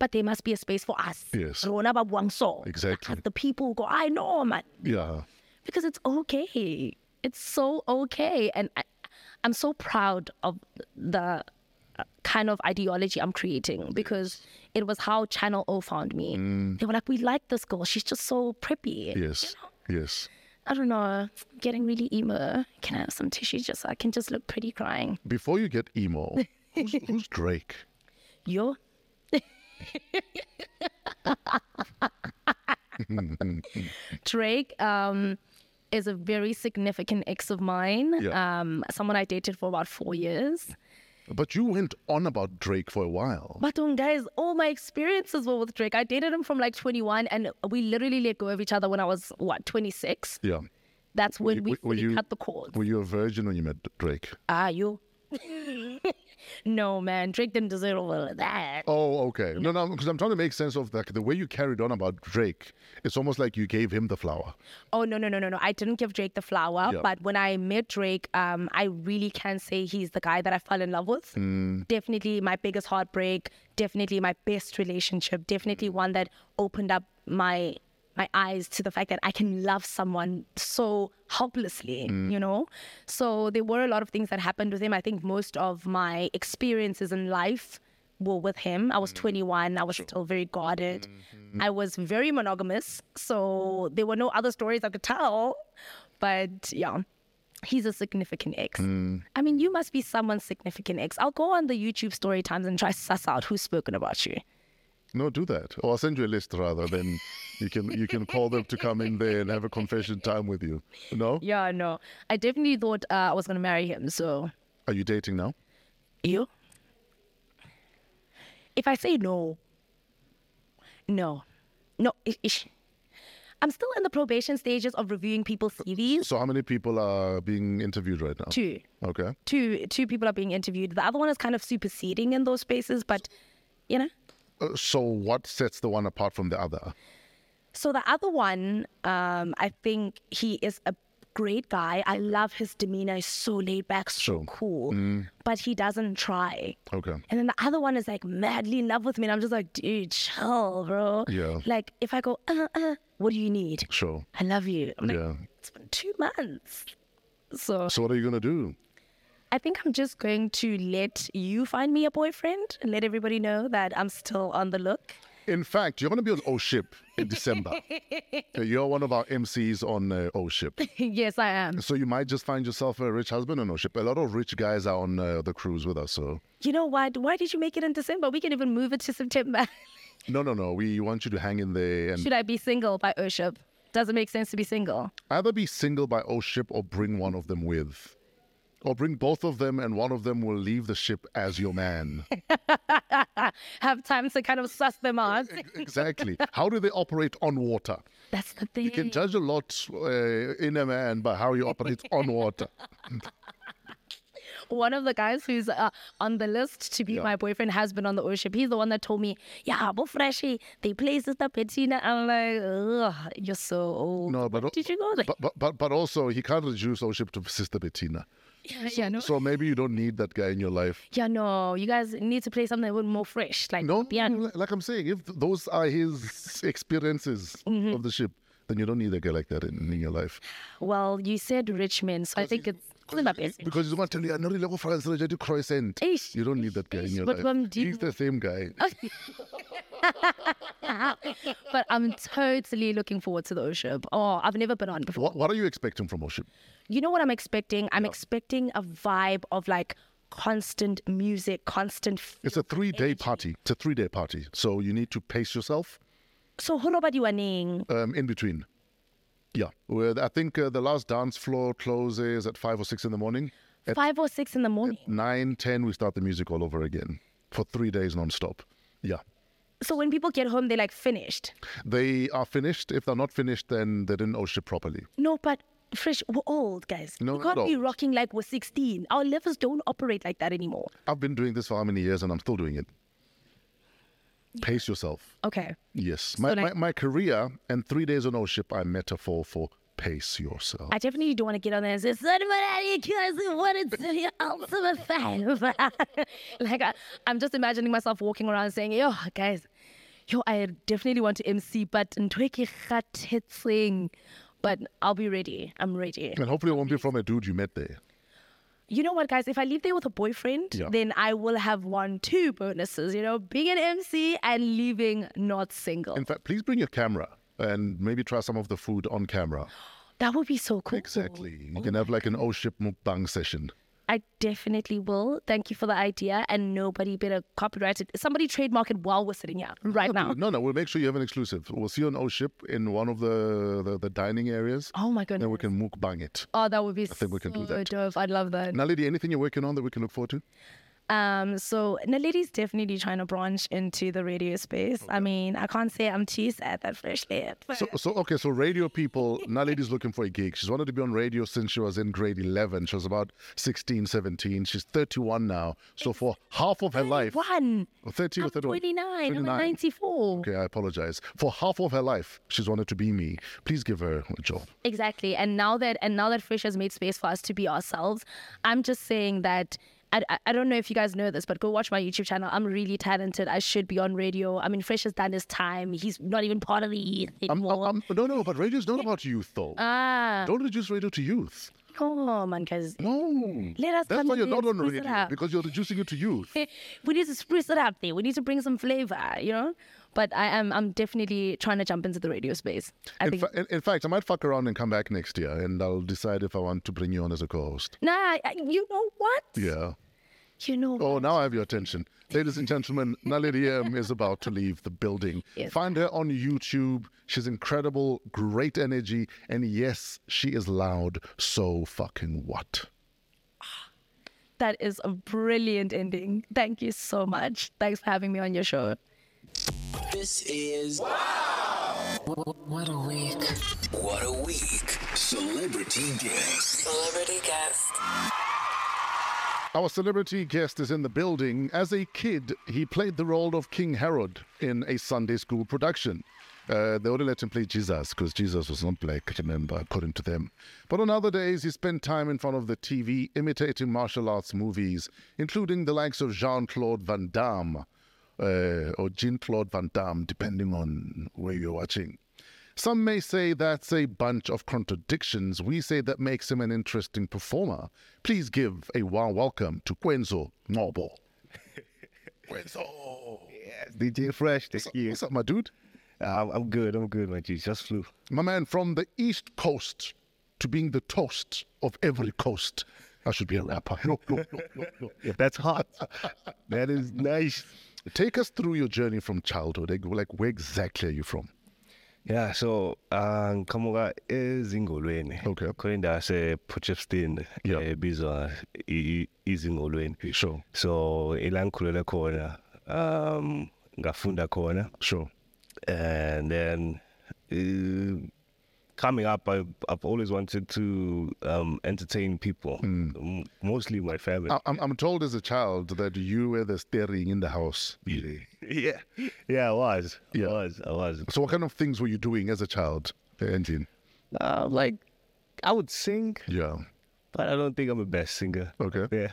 F: But there must be a space for us.
C: Yes.
F: Rona ba buang so.
C: Exactly.
F: The people who go, I know man
C: Yeah.
F: because it's okay. It's so okay, and I, I'm so proud of the uh, kind of ideology I'm creating because it was how Channel O found me. They were like, "We like this girl. She's just so preppy."
C: Yes. Yes.
F: I don't know. I'm getting really emo. Can I have some tissue? Just so I can just look pretty crying.
C: Before you get emo, who's, who's Drake?
F: Yo, Drake um, is a very significant ex of mine.
C: Yeah.
F: Um, someone I dated for about four years.
C: But you went on about Drake for a while.
F: But um, guys, all my experiences were with Drake. I dated him from like 21, and we literally let go of each other when I was what 26.
C: Yeah.
F: That's when
C: Were-
F: we,
C: were
F: fully
C: you-
F: cut the cords.
C: Were you a virgin when you met Drake?
F: Ah, you. no, man, Drake didn't deserve all of that.
C: Oh, okay. No, no, because I'm trying to make sense of like the way you carried on about Drake. It's almost like you gave him the flower.
F: Oh no no no no no! I didn't give Drake the flower,
C: Yeah.
F: but when I met Drake, um, I really can say he's the guy that I fell in love with. Definitely my biggest heartbreak. Definitely my best relationship. Definitely one that opened up my my eyes to the fact that I can love someone so helplessly. You know, so there were a lot of things that happened with him. I think most of my experiences in life were with him. I was 21. I was still very guarded. I was very monogamous. So there were no other stories I could tell. But yeah, he's a significant ex. I mean, you must be someone's significant ex. I'll go on the YouTube story times and try suss out who's spoken about you.
C: No, do that. Or I'll send you a list rather. Then you can you can call them to come in there and have a confession time with you. No?
F: Yeah, no. I definitely thought uh, I was going to marry him. So
C: Are you dating now?
F: you? If I say no, no, no, ish, ish. I'm still in the probation stages of reviewing people's CVs.
C: So how many people are being interviewed right now?
F: Two.
C: Okay.
F: two two people are being interviewed. The other one is kind of superseding in those spaces, but you know.
C: Uh, so what sets the one apart from the other?
F: So the other one, um, I think he is a great guy. I love his demeanor. He's so laid back, so
C: Sure. Mm.
F: cool, but he doesn't try.
C: Okay.
F: And then the other one is like madly in love with me, and I'm just like, dude, chill, bro.
C: Yeah.
F: Like if I go, uh, uh, what do you need?
C: Sure.
F: I love you. I'm like,
C: Yeah.
F: it's been two months. So
C: So what are you gonna do?
F: I think I'm just going to let you find me a boyfriend and let everybody know that I'm still on the look.
C: In fact, you're gonna be on O Ship in December. Uh, you're one of our MCs on uh, O Ship.
F: yes, I am.
C: So you might just find yourself a rich husband on O Ship. A lot of rich guys are on uh, the cruise with us. So
F: You know what? Why did you make it in December? We can even move it to September.
C: no, no, no. We want you to hang in there and
F: Should I be single by Urship? Doesn't make sense to be single.
C: either be single by O Ship or bring one of them with. Or bring both of them, and one of them will leave the ship as your man.
F: Have time to kind of suss
C: E-,
F: them out.
C: exactly. How do they operate on water?
F: That's the thing.
C: You can judge a lot uh, in a man by how he operates on water.
F: one of the guys who's uh, on the list to be my boyfriend has been on the Urship. He's the one that told me, yeah, but freshy, they play Sister Petina. I'm like, Ugh, you're so old.
C: No, but uh,
F: Did you go there?
C: But, but but but also he can't reduce ownership to Sister Bettina.
F: yeah, no.
C: So maybe you don't need that guy in your life.
F: Yeah, no, you guys need to play something a little more fresh. Like,
C: No,
F: yeah,
C: no, like- like I'm saying, if those are his experiences of the ship, then you don't need a guy like that in, in your life.
F: well, you said rich men, so I think it's it's in my best.
C: Because you "Ah, want to tell you, I know the level France, I do croissant.
F: Eish,
C: You don't need that guy in
F: eish,
C: your
F: but
C: life.
F: um, do you-
C: He's the same guy.
F: But I'm totally looking forward to the Oshib. Oh, I've never been on before.
C: What, what are you expecting from Oship?
F: You know what I'm expecting? I'm expecting a vibe of like constant music, constant. F-
C: It's a three day party. It's a three day party. So you need to pace yourself
F: so, Holobadiwaning.
C: um, in between. Yeah. Well, I think uh, the last dance floor closes at five or six in the morning. At
F: Five or six in the morning.
C: nine, ten, we start the music all over again for three days nonstop. Yeah.
F: So when people get home, they're like finished.
C: They are finished. If they're not finished, then they didn't Oship properly.
F: No, but fresh. We're old, guys.
C: No,
F: we can't
C: not
F: be
C: old.
F: rocking like we're 16. Our levels don't operate like that anymore.
C: I've been doing this for how many years and I'm still doing it. Pace yourself.
F: Okay.
C: Yes. My,
F: like-
C: my, my career and three days on ship are metaphor for pace yourself.
F: I definitely don't want to get on there and say, somebody kills you, what is the ultimate five? like, I, I'm just imagining myself walking around saying, yo, guys, yo, I definitely want to MC, but ntweke kgathetseng." but I'll be ready. I'm ready.
C: And hopefully it won't be from a dude you met there.
F: You know what, guys? If I leave there with a boyfriend,
C: Yeah.
F: then I will have won two bonuses, you know, being an MC and leaving not single.
C: In fact, please bring your camera and maybe try some of the food on camera.
F: That would be so cool.
C: Exactly. You can have like an O ship mukbang session.
F: I definitely will. Thank you for the idea. And nobody better copyright it. Somebody trademark it while we're sitting here right now.
C: No, no, we'll make sure you have an exclusive. We'll see you on O Ship in one of the, the, the dining areas.
F: Oh my
C: Then we
F: goodness.
C: can mukbang it.
F: Oh, that would be I
C: think we can do that.
F: dope. I'd love that.
C: Now, Lady, anything you're working on that we can look forward to?
F: Um, so Naledi's definitely trying to branch into the radio space. I mean, I can't say I'm too sad that fresh yet. but-
C: So, so okay, so radio people, Naledi's looking for a gig. She's wanted to be on radio since she was in grade 11. She was about 16, 17. She's 31 now. So for half of her life.
F: One.
C: Or 30 or
F: I'm
C: 31.
F: 29. I'm
C: 29.
F: at 94.
C: Okay, I apologize. For half of her life, she's wanted to be me. Please give her a job.
F: Exactly. And now that and now that Fish has made space for us to be ourselves, I'm just saying that I, I- I don't know if you guys know this, but go watch my YouTube channel. I'm really talented. I should be on radio. I mean, Fresh has done his time. He's not even part of the youth
C: I'm, I'm,
F: anymore.
C: I'm- no, no, but radio's not about youth, though.
F: ah,
C: Don't reduce radio to youth.
F: come on, because
C: No.
F: Let us
C: That's
F: come
C: why
F: and
C: you're
F: do it,
C: not on
F: spruce it
C: radio,
F: up.
C: because you're reducing it to youth.
F: we need to spruce it up there. We need to bring some flavor, you know. But I am I'm definitely trying to jump into the radio space. I
C: In,
F: think
C: fa- in, in fact, I might fuck around and come back next year, and I'll decide if I want to bring you on as a co host.
F: nah, I, I- you know what?
C: Yeah.
F: You know
C: Oh, now I have your attention. Ladies and gentlemen, Naledi M is about to leave the building. Find her on YouTube. She's incredible, great energy, and yes, she is loud. So fucking what?
F: That is a brilliant ending. Thank you so much. Thanks for having me on your show.
B: This is
D: What a week.
B: What a Week Celebrity Guest.
D: Celebrity guest.
C: Our celebrity guest is in the building. As a kid, he played the role of King Herod in a Sunday school production. Uh, they only let him play Jesus because Jesus was not black, remember, according to them. But on other days, he spent time in front of the TV imitating martial arts movies, including the likes of Jean Claude Van Damme uh, or Jean Claude Van Damme, depending on where you're watching. Some may say that's a bunch of contradictions. We say that makes him an interesting performer. Please give a warm welcome to Quenzo Nobo. Quenzo.
G: DJ Fresh, thank you.
C: What's up, my dude?
G: I'm, I'm good. I'm good, my G. Just flew.
C: My man, from the East Coast to being the toast of every coast. I should be a rapper. No, no, no, no, no.
G: That's hot. that is nice.
C: Take us through your journey from childhood. Like- Like, where exactly are you from?
G: Yeah, so uh, ngiqhamuka ezingolweni
C: Okay.
G: khona indawo yasepochefstin
C: Yeah.
G: ebizwa i- i- izingolweni
C: Sure.
G: so ila ngikhulele khona um ngafunda khona
C: Sure.
G: and then uh, coming up I, i've always wanted to um, entertain people
C: Mm.
G: M- mostly my family
C: I- I'm, I'm told as a child that you were the staring in the house.
G: yeah yeah i was
C: Yeah.
G: i was i was
C: So, what kind of things were you doing as a child, uh, Engine?
G: uh, like i would sing
C: Yeah.
G: but I don't think I'm a best singer.
C: Okay.
G: Yeah.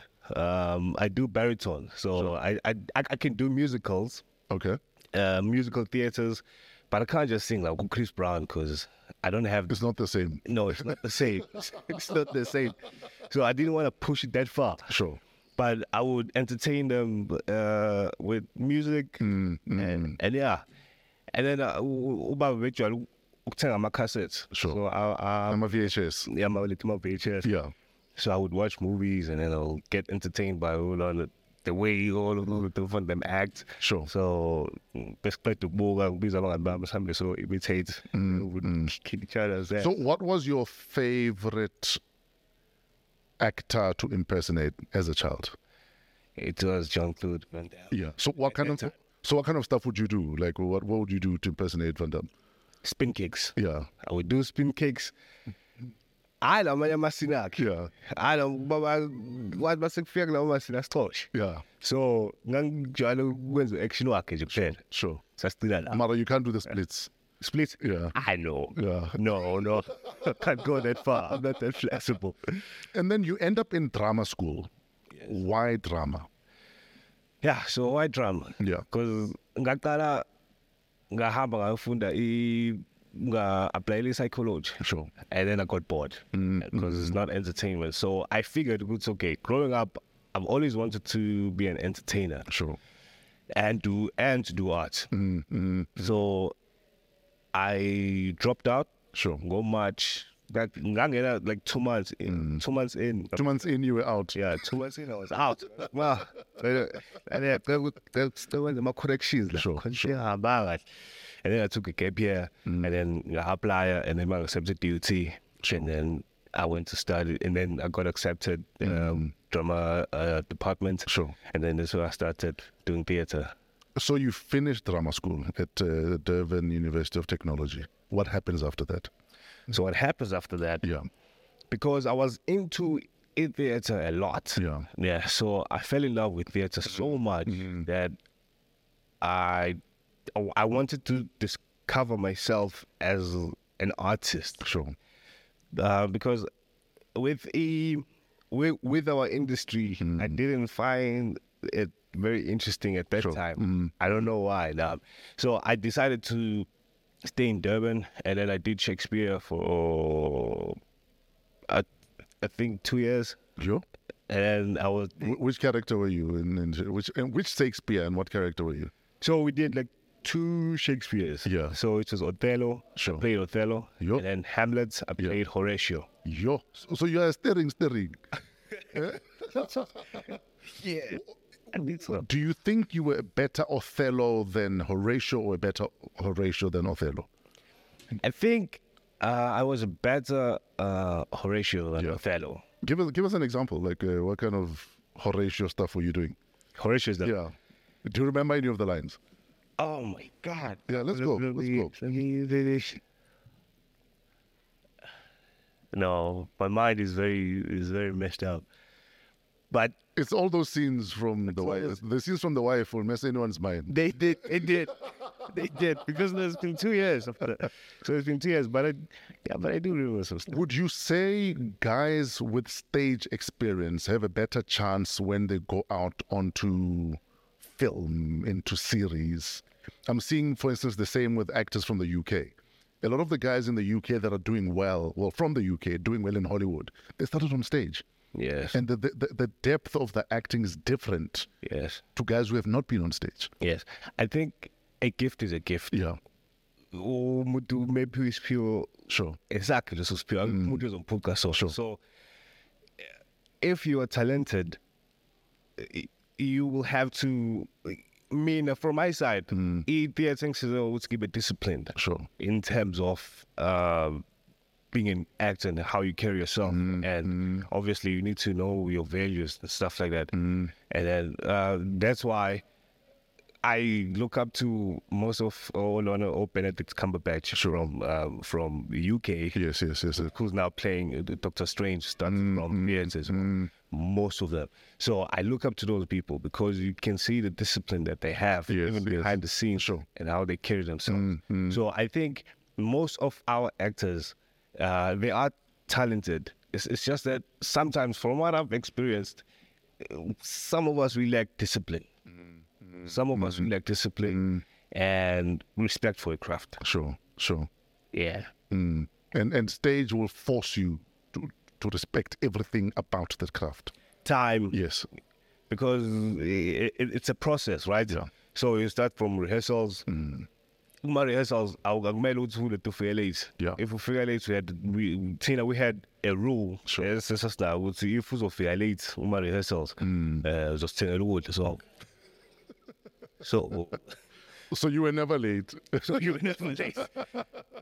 G: Um, I do baritone, so I, I I I can do musicals,
C: Okay.
G: uh, musical theaters, but I can't just sing like Chris Brown because I don't have.
C: It's not the same.
G: No, it's not the same. it's not the same. So I didn't want to push it that far.
C: Sure.
G: But I would entertain them uh, with music,
C: Mm-hmm.
G: And, and yeah, and then uh, uba virtual ukuthenga ama cassettes.
C: Sure.
G: So I, I,
C: I'm a VHS.
G: yeah, my little my VHS.
C: Yeah.
G: So I would watch movies and then I'll get entertained by all of the, the way all of the different them act.
C: Sure.
G: So basically the book and these along about somebody so imitate mm, would kill each other.
C: So, what was your favorite actor to impersonate as a child?
G: it was John Claude Van Damme.
C: Yeah. So, what kind of
G: that time.
C: so what kind of stuff would you do? Like, what what would you do to impersonate Van Damme?
G: Spin kicks.
C: Yeah.
G: I would do spin kicks. I don't know my
C: Yeah.
G: I don't but I what must feel like my torch.
C: Yeah.
G: So ngangijwayele ukwenza action wakhe nje kuphela.
C: Sure.
G: Sasigcina la.
C: Mara, you can't do the Uh, splits.
G: split.
C: Yeah.
G: I know.
C: Yeah.
G: No, no. I can't go that far. I'm not that flexible.
C: And then you end up in drama school. Why drama?
G: Yeah, so why drama?
C: Yeah.
G: Because ngaqala ngahamba ngayofunda i nga-applyela i-psychology
C: Sure. Mm-hmm.
G: and then i got bored because it's not entertainment so i figured it's okay growing up i've always wanted to be an entertainer
C: Sure.
G: and do and to do art
C: Mm-hmm.
G: so i dropped out
C: Sure.
G: go march like ngangena like two months in,
C: Mm.
G: two months in.
C: Two months in, you were out.
G: Yeah, two months in, I was out. Wow. And then that's the one my corrections. Like,
C: Sure, Mm.
G: couldn't say, "Ah, bah, right." And then I took a gap year and then I applied and then I accepted duty. And then I went to study and then I got accepted um, drama uh, department.
C: Mm. Sure.
G: And then that's where I started doing theater.
C: So you finished drama school at uh, Durban University of Technology. What happens after that? Mm.
G: So what happens after that?
C: Yeah.
G: because I was into it theater a lot.
C: Yeah.
G: Yeah. So I fell in love with theater so much that I I wanted to discover myself as an artist.
C: Sure.
G: Uh, because with e with, with our industry, I
C: Hmm.
G: didn't find it very interesting at that time.
C: Hmm.
G: I don't know why. nah. So I decided to stay in Durban, and then I did Shakespeare for I, I think two years,
C: Sure.
G: and I was
C: Wh- which character were you in? in which in which Shakespeare and what character were you?
G: So we did like two Shakespeare's.
C: Yeah.
G: So it was Othello.
C: Sure.
G: I played Othello.
C: Yup.
G: And then Hamlet. I
C: Yeah.
G: played Horatio.
C: Yo. So, so you are stirring, stirring.
G: Yeah. I did so.
C: Do you think you were a better Othello than Horatio, or a better Horatio than Othello?
G: I think uh, I was a better uh, Horatio than
C: Yeah.
G: Othello.
C: Give us give us an example. Like uh, what kind of Horatio stuff were you doing?
G: Horatio is the.
C: Yeah. Do you remember any of the lines?
G: Oh my God.
C: Yeah, let's go,
G: Let
C: let's
G: me-
C: go.
G: let me finish. No, my mind is very is very messed up. But
C: It's all those scenes from the
G: all
C: wife.
G: those-
C: The scenes from the wife will mess anyone's mind.
G: They did. They did. They did because it's been two years. After that. So it's been two years, but I, yeah, but I do remember some stuff.
C: Would you say guys with stage experience have a better chance when they go out onto film, into series? I'm seeing, for instance, the same with actors from the UK. A lot of the guys in the UK that are doing well, well, from the UK, doing well in Hollywood, they started on stage.
G: Yes.
C: And the, the, the- the depth of the acting is different
G: yes.
C: to guys who have not been on stage.
G: Yes. I think a gift is a gift.
C: Yeah,
G: umuntu maybe usiphiwo
C: sure.
G: exactly leso siphiwo umuntu ezomphuca so so eh, if you are talented eh, you will have to eh, mina from my side i-theatre engisize ukuthi ngibe disciplined
C: Sure.
G: in terms of um, being an actor and how you carry yourself and obviously you need to know your values and stuff like that and then uh, that's why I look up to most of Olona or Benedict Cumberbatch from um, from the UK,
C: Yes, yes, yes. Mm, yes.
G: who's now playing uh, the Doctor Strange starts from theatres. as well. uh,
C: mm.
G: Most of them. So I look up to those people because you can see the discipline that they have
C: Yes,
G: even
C: yes.
G: behind the scenes
C: Sure. Mm,
G: and how they carry themselves. So I think most of our actors, uh, they are talented. It's, it's just that sometimes, from what I've experienced, uh, some of us we lack discipline. Some of us we
C: Mm-hmm.
G: lack discipline and respect for a craft.
C: Sure, sure.
G: Yeah.
C: Mm. And and stage will force you to to respect everything about that craft.
G: Time.
C: Yes.
G: because it, it, it's a process, right?
C: Yeah. Mm-hmm.
G: So you start from rehearsals. Uma rehearsals awukumele ukuthi ulethe ufike late.
C: Yeah.
G: If ufika late we had we thina we had a rule Eh, esesasinayo ukuthi if uzofika late uma rehearsals
C: Mm.
G: eh uzosithengela ukudla so so
C: So you were never late.
G: so you never late.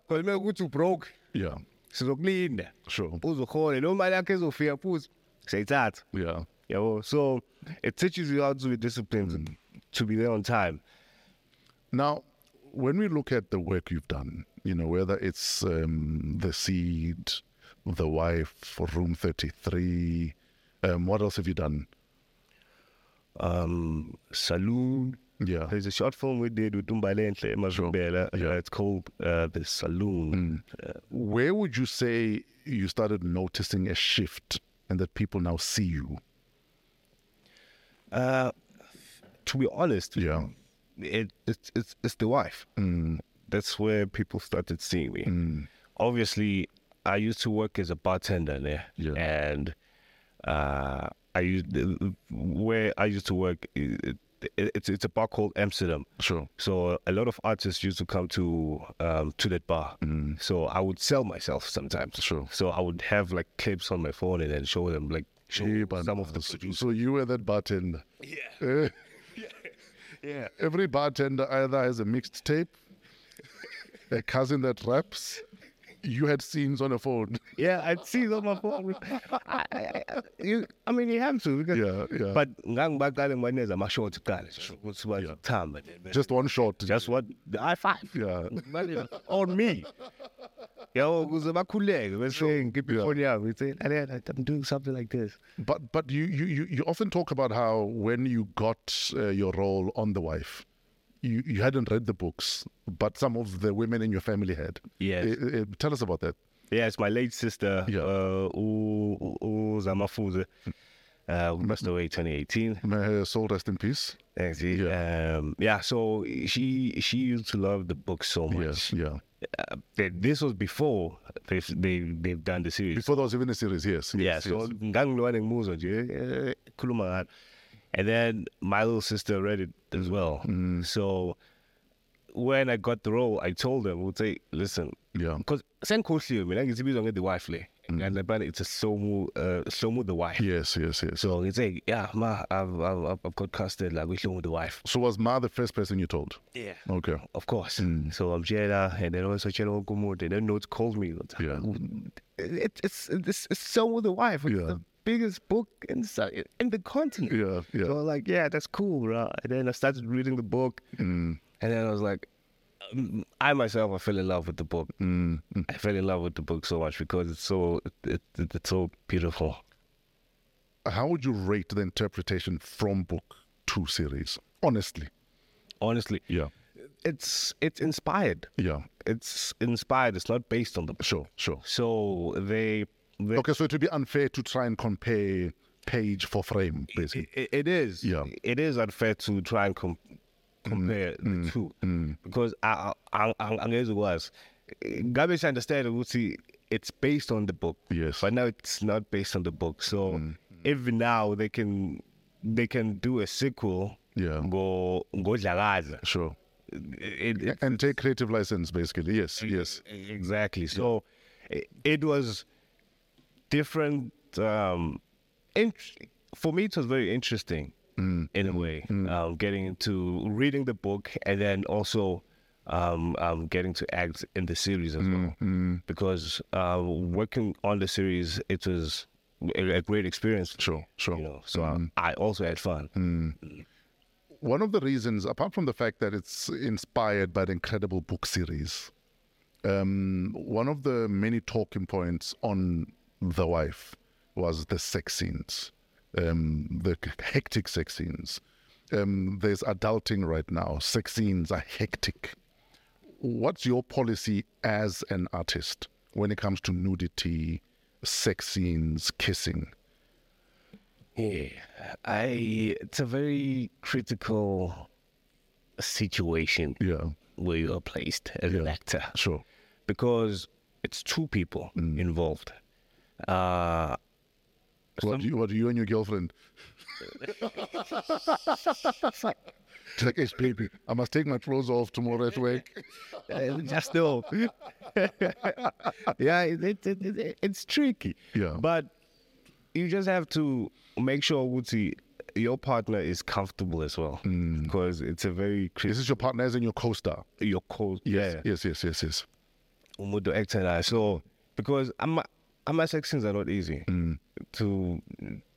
G: Kodwa uma ukuthi ubroke
C: yeah.
G: sizokulinda.
C: Sure.
G: Uzokhole lo mali yakhe ezofika futhi siyayithatha.
C: Yeah.
G: yabo so it teaches you how to be disciplined
C: Mm.
G: and to be there on time
C: Now, when we look at the work you've done, you know, whether it's um, The Seed, The Wife, or Room 33, um, what else have you done?
G: um saloon
C: Mm. Yeah.
G: there's a short film we did with Umbalenhle Mazubela.
C: Yeah. Mm.
G: it's called uh, the saloon Uh,
C: Where would you say you started noticing a shift and that people now see you?
G: to be honest
C: Yeah. Mm.
G: it, it's it's it's the wife that's where people started seeing me obviously i used to work as a bartender there
C: Yeah.
G: and uh i used where i used to work it, it- it- it's it's a bar called Amsterdam.
C: Sure.
G: So a lot of artists used to come to um, to that bar. Mm. So I would sell myself sometimes.
C: Sure.
G: So I would have like clips on my phone and then show them like show
C: Hey, but-
G: some of the producers.
C: so you were that bartender. Eh?
G: Yeah. yeah.
C: Every bartender either has a mixed tape, a cousin that raps. You had scenes on a phone.
G: Yeah, I'd see it on my phone. I, I, I- you, I mean, you have to. Because,
C: Yeah, yeah.
G: But ngangibaqale ngobaneza amashoti kuqala nje ukuthi bathamba nje bese-
C: Just one shot.
G: just what the I five
C: yeah.
G: on me. Yo, ukuze bakhuleke bese ngikhiphe
C: Yeah.
G: ifoni yabo ithi "Alela, I'm doing something like this.
C: But but you, you, you, you often talk about how when you got uh, your role on The Wife, you, you hadn't read the books, but some of the women in your family had.
G: Yes.
C: Eh, eh, tell us about that.
G: Yeah, it's my late sister,
C: Yeah.
G: uh, U- U- Uzamafuze. Uh, we passed away 2018.
C: May her soul rest in peace.
G: Thanks. Yeah. Um, yeah. So she she used to love the book so
C: Yes.
G: much.
C: Yeah.
G: Uh, th- this was before they've they, they've done the series.
C: Before there was even a series, yes.
G: Yeah,
C: yes,
G: so
C: yes.
G: ngangilwane ngimuzwa nje eh, khuluma ngalo. And then my little sister read it as well.
C: Mm.
G: So when I got the role, I told them, we'll say, listen,
C: Yeah. Mm.
G: because sengikhohliwe mina ngizibizwa nge the wife le. And then it's a Somu uh Somu the wife.
C: Yes, yes, yes. So,
G: So it's like, yeah, ma, I've I've I've- I've got casted like with Somu the wife.
C: so was Ma the first person you told?
G: Yeah.
C: Okay.
G: Of course.
C: Mm.
G: So I'm Jada, and then also Jada Okumud, and then Notes called me.
C: Yeah.
G: It, it's, it's, it's so the wife. It's
C: Yeah.
G: the biggest book in, Sa- in the continent.
C: Yeah, yeah.
G: So I'm like, yeah, that's cool, bro. And then I started reading the book,
C: Mm.
G: and then I was like, um, I myself, I fell in love with the book.
C: Mm,
G: I fell in love with the book so much because it's so it, it, it's so beautiful.
C: How would you rate the interpretation from book to series? Honestly.
G: Honestly,
C: Yeah.
G: it's it's inspired.
C: Yeah.
G: It's inspired. It's not based on the book.
C: Sure, sure.
G: So they, they
C: Okay, so it would be unfair to try and compare page for frame, basically.
G: It, it is.
C: Yeah.
G: It is unfair to try and com- compare
C: Mm,
G: the two because I I I I guess it was. Gabe understand ukuthi it's based on the book.
C: Yes. Mm,
G: But now it's not based on the book. So even now they can they can do a sequel.
C: Yeah.
G: Go go Jagaza.
C: Sure.
G: It, it,
C: And take creative license, basically. Yes, yes.
G: E-, Exactly. So it, it was different. Um, int- for me, it was very interesting
C: Mm.
G: in a way, um, getting into reading the book and then also um, um, getting to act in the series as well.
C: Mm-hmm.
G: Because uh, working on the series, it was a, a great experience.
C: Sure, sure. Mm-hmm.
G: You know, so I, I also had fun.
C: One of the reasons, apart from the fact that it's inspired by the incredible book series, um, one of the many talking points on The Wife was the sex scenes, um, the hectic sex scenes. Um, there's adulting right now, sex scenes are hectic. What's your policy as an artist when it comes to nudity, sex scenes, kissing?
G: Yeah, I. It's a very critical situation
C: Yeah,
G: where you are placed as an actor
C: sure.
G: because it's two people
C: Mm.
G: involved. Uh,
C: What, you, what you and your girlfriend? She's like, yes, baby, I must take my clothes off tomorrow at work.
G: uh, just know. yeah, it, it, it, it- it's tricky.
C: Yeah.
G: But you just have to make sure Wooty, your partner is comfortable as well because it's a very
C: Mm. This
G: critical.
C: is your partner as in your co-star.
G: Your co. yeah.
C: Yes, yes, yes, yes.
G: Umudo actor and I. So because I'm my sex scenes are not easy
C: Mm.
G: to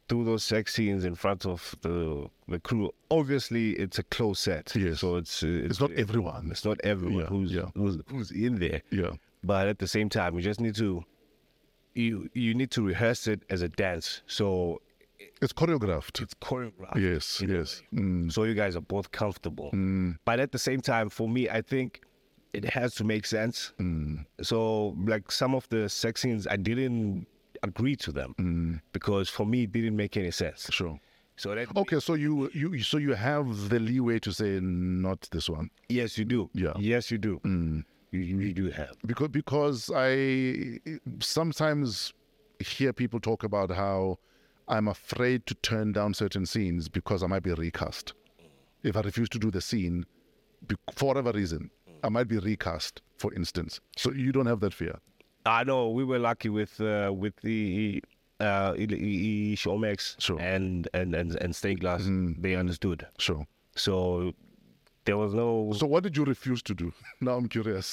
G: do those sex scenes in front of the the crew. Obviously, it's a close set.
C: Yes.
G: So it's uh,
C: It's not everyone.
G: It's not everyone
C: Yeah,
G: who's,
C: yeah.
G: who's who's in there.
C: Yeah.
G: But at the same time, you just need to you you need to rehearse it as a dance. So
C: It's choreographed.
G: it's choreographed.
C: Yes, yes. Mm,
G: So you guys are both comfortable. But at the same time, for me, I think it has to make sense.
C: Mm.
G: So, like some of the sex scenes, I didn't agree to them
C: Mm.
G: because for me, it didn't make any sense.
C: sure.
G: So that
C: Okay, so you you so you have the leeway to say not this one
G: yes, you do.
C: Yeah. Mm.
G: Yes, you do. You, you do have.
C: because because I sometimes hear people talk about how I'm afraid to turn down certain scenes because I might be recast. if I refuse to do the scene, be- for whatever reason, I might be recast, for instance. So you don't have that fear.
G: I know we were lucky with uh, with the uh, i- i- i- Showmax
C: Sure. Mm.
G: and and and and Stained Glass. They understood,
C: Sure.
G: so there was no.
C: So what did you refuse to do? Now I'm curious.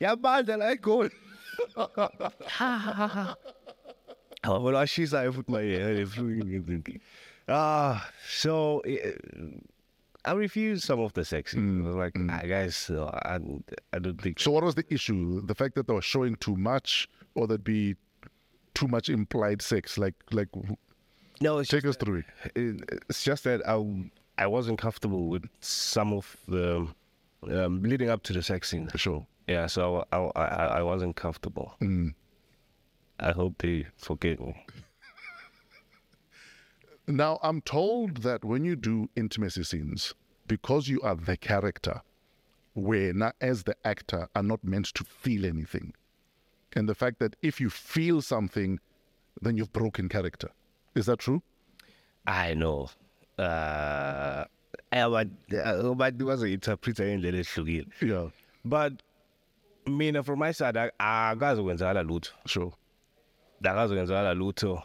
G: Yeah, man, they're like gold. well, I she's like, I put my head in. Ah, so eh, I refused some of the sex. I was like, I guess uh, I, I don't think
C: So what was the issue? The fact that they were showing too much, or there'd be too much implied sex? Like, like,
G: No, it's
C: take us
G: just,
C: through it.
G: it- it's just that I I wasn't comfortable with some of the um, leading up to the sex scene.
C: Sure.
G: Yeah, so I I, I- I wasn't comfortable. I hope they forgive me.
C: Now, I'm told that when you do intimacy scenes, because you are the character, we, na- as the actor, are not meant to feel anything. And the fact that if you feel something, then you've broken character. Is that true?
G: I know. Uh, but uh, but was an interpreter in the hlukile.
C: Yeah,
G: But mina from my side ak- akazokwenzakala lutho.
C: sure.
G: akazokwenzakala lutho.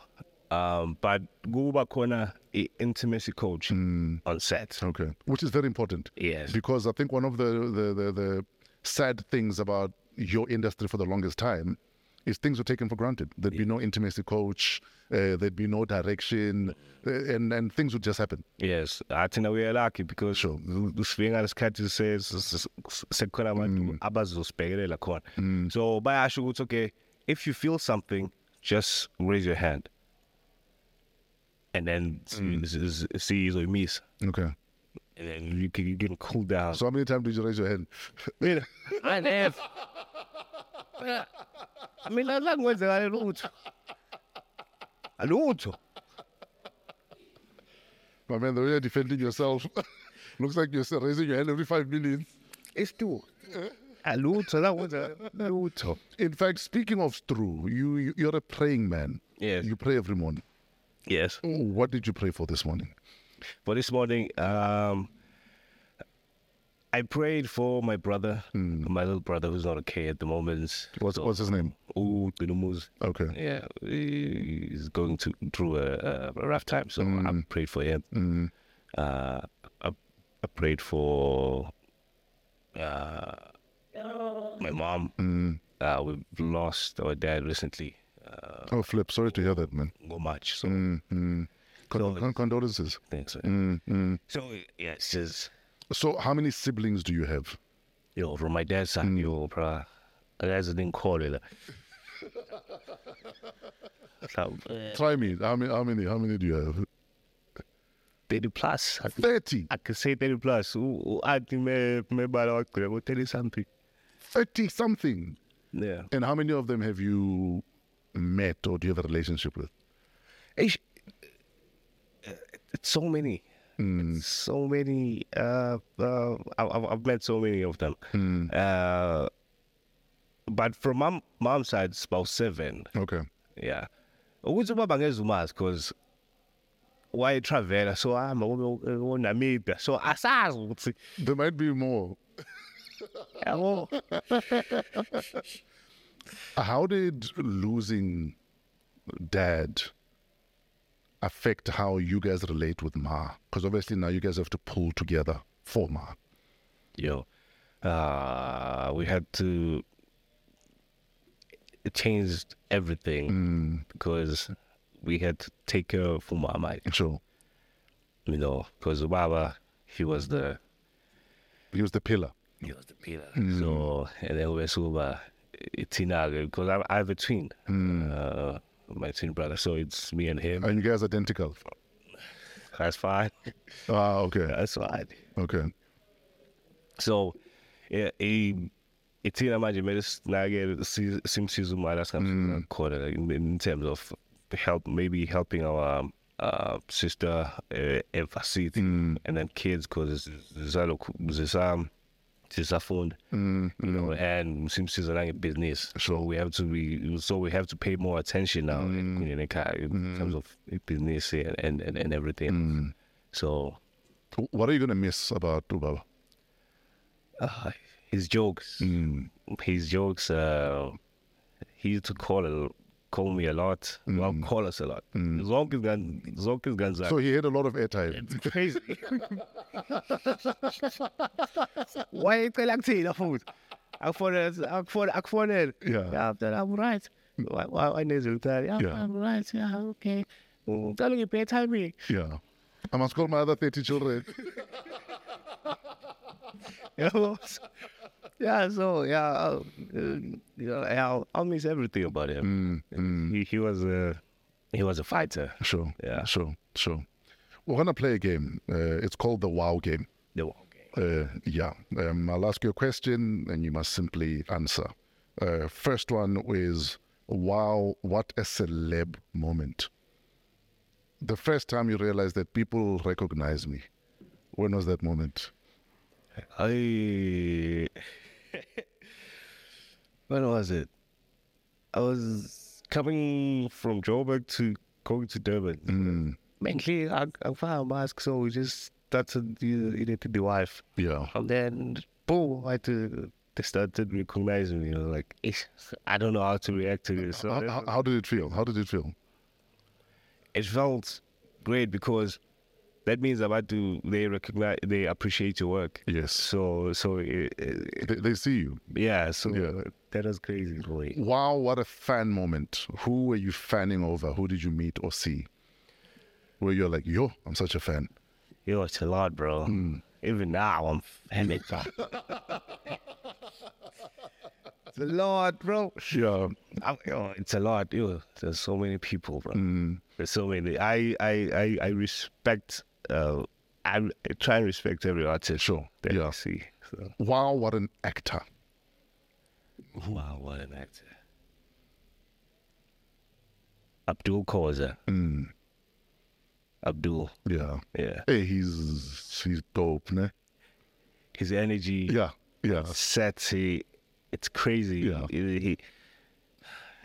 G: Um, but kuba khona i-intimacy uh, coach on set.
C: Okay. Which is very important.
G: Yes.
C: Because I think one of the, the, the, the sad things about your industry for the longest time is things were taken for granted. There'd be no intimacy coach, uh, there'd be no direction, uh, and, and things would just happen.
G: Yes, I think we are lucky because
C: Sure.
G: sifika ngesikhathi se- se- se- sekukhona abantu abazosibhekelela khona. So bayasho ukuthi okay, if you feel something, just raise your hand. And then see izoyimisa.
C: Okay.
G: And then you can, you can cool down.
C: So how many times did you raise your hand?
G: Mina, I have. Mina langikwenzekale lutho. Lutho.
C: My man, the way you're defending yourself looks like you're raising your hand every five minutes.
G: It's true. Lutho langikwenzekale lutho.
C: In fact, speaking of Stru, you, you you're a praying man.
G: Yes.
C: You pray every morning.
G: Yes.
C: What did you pray for this morning?
G: for this morning. Um, I prayed for my brother, my little brother who's not okay at the moment.
C: What's what's his name?
G: Ooh, Dunumuz.
C: Okay.
G: Yeah, he- he's going to, through a, a rough time, so I prayed for him. Uh, I, I prayed for uh, my mom. Uh, we've lost our dad recently,
C: Oh, Flip, sorry to hear that, man.
G: go much. So
C: Con-
G: So-
C: con- condolences.
G: thanks. So yeah, it's just
C: So, how many siblings do you have?
G: Yo, from my dad's side, yo, bruh. That's the thing called it. So, uh,
C: Try me. How many? How many? How many do you have?
G: 30 plus. I, think-
C: Thirty.
G: I could say 30 plus. Ooh, ooh, I think maybe, maybe I was 30 something.
C: Thirty something.
G: Yeah.
C: And how many of them have you met or do you have a relationship with?
G: Ish. Uh, It's so many. It's so many. Uh, uh, I, I've I've met so many of them. Uh, but from my mom's side, it's about seven.
C: Okay.
G: yeah ukuthi ubaba ngezumazi because wayetravela so ah, ahamba kube onamibia so asazi ukuthi
C: There might be more.
G: yabo
C: How did losing dad affect how you guys relate with Ma? Because obviously now you guys have to pull together for Ma.
G: yo uh, we had to it changed everything because we had to take care of umama
C: Sure.
G: you know because ubaba he was the
C: He was the pillar.
G: he was the pillar so and then we suba ithina-ke because I, I have a twin uh, my twin brother so it's me and him
C: And you guys identical.
G: That's fine.
C: Ah, okay.
G: That's fine.
C: Okay.
G: So, yeah, he, ithina manje kumele sinake si- simsize umali asingamsiza khona like, in, in terms of help, maybe helping our um, uh, Mm. sister uh, emphasize and then kids because zisam sisafunda you know and simsiza nangebhizinisi so we have to be so we have to pay more attention now in Queen Ekhaya in terms of business and and, and, and everything so
C: What are you going to miss about Ubaba?
G: uh, his jokes his jokes uh he used to call a, call me a lot well call us a lot zonke izingane zonke izingane zakhe
C: So he had a lot of airtime.
G: crazy. wayecela kuthina futhi akufonele akufonele akufonele
C: Yeah.
G: then I'm right Wa- wa- wanezwi luthala yeah,
C: Yeah.
G: I'm right yeah okay Mm, ucala ngiphe timing
C: Yeah. I must call my other 30 children.
G: yabo So- yeah so yeah I'll, uh, you know, I'll, I'll miss everything about him He, he was a he was a fighter
C: Sure.
G: Yeah.
C: Sure. Sure. We're going to play a game. Uh, it's called the Wow Game.
G: the okay.
C: Uh, yeah. Um, I'll ask you a question and you must simply answer. Uh, first one is wow, what a celeb moment. The first time you realized that people recognize me. When was that moment?
G: I when was it? I was coming from Joburg to going to Durban. Mm. Mainly, I, I found a mask, so we just started eating to the wife.
C: Yeah.
G: And then, boom, I had to, they started recognizing me. I was like, "Ish, I don't know how to react to this. So
C: How,
G: that
C: how,
G: was-
C: how did it feel? How did it feel?
G: it felt great because that means about to they recognize they appreciate your work.
C: Yes.
G: So so it, it,
C: They, they see you.
G: Yeah, so
C: Yeah.
G: that was crazy, boy.
C: Wow, what a fan moment. Who were you fanning over? Who did you meet or see? Where you're like, yo, I'm such a fan.
G: Yo, it's a lot, bro.
C: Hmm.
G: Even now, I'm family. it's a lot, bro.
C: Yeah.
G: I'm, yo, it's a lot. Yo, there's so many people, bro.
C: Mm.
G: There's so many. I, I, I, I respect. Uh, I, re- I try and respect every artist. Sure. That
C: Yeah.
G: I see. So.
C: Wow, what an actor.
G: Wow, what an actor. Abdul Kaza.
C: Mm.
G: Abdul.
C: Yeah.
G: Yeah.
C: Hey, he's he's dope, ne?
G: His energy.
C: Yeah. Yeah.
G: sets. He, it's crazy.
C: Yeah.
G: He, he-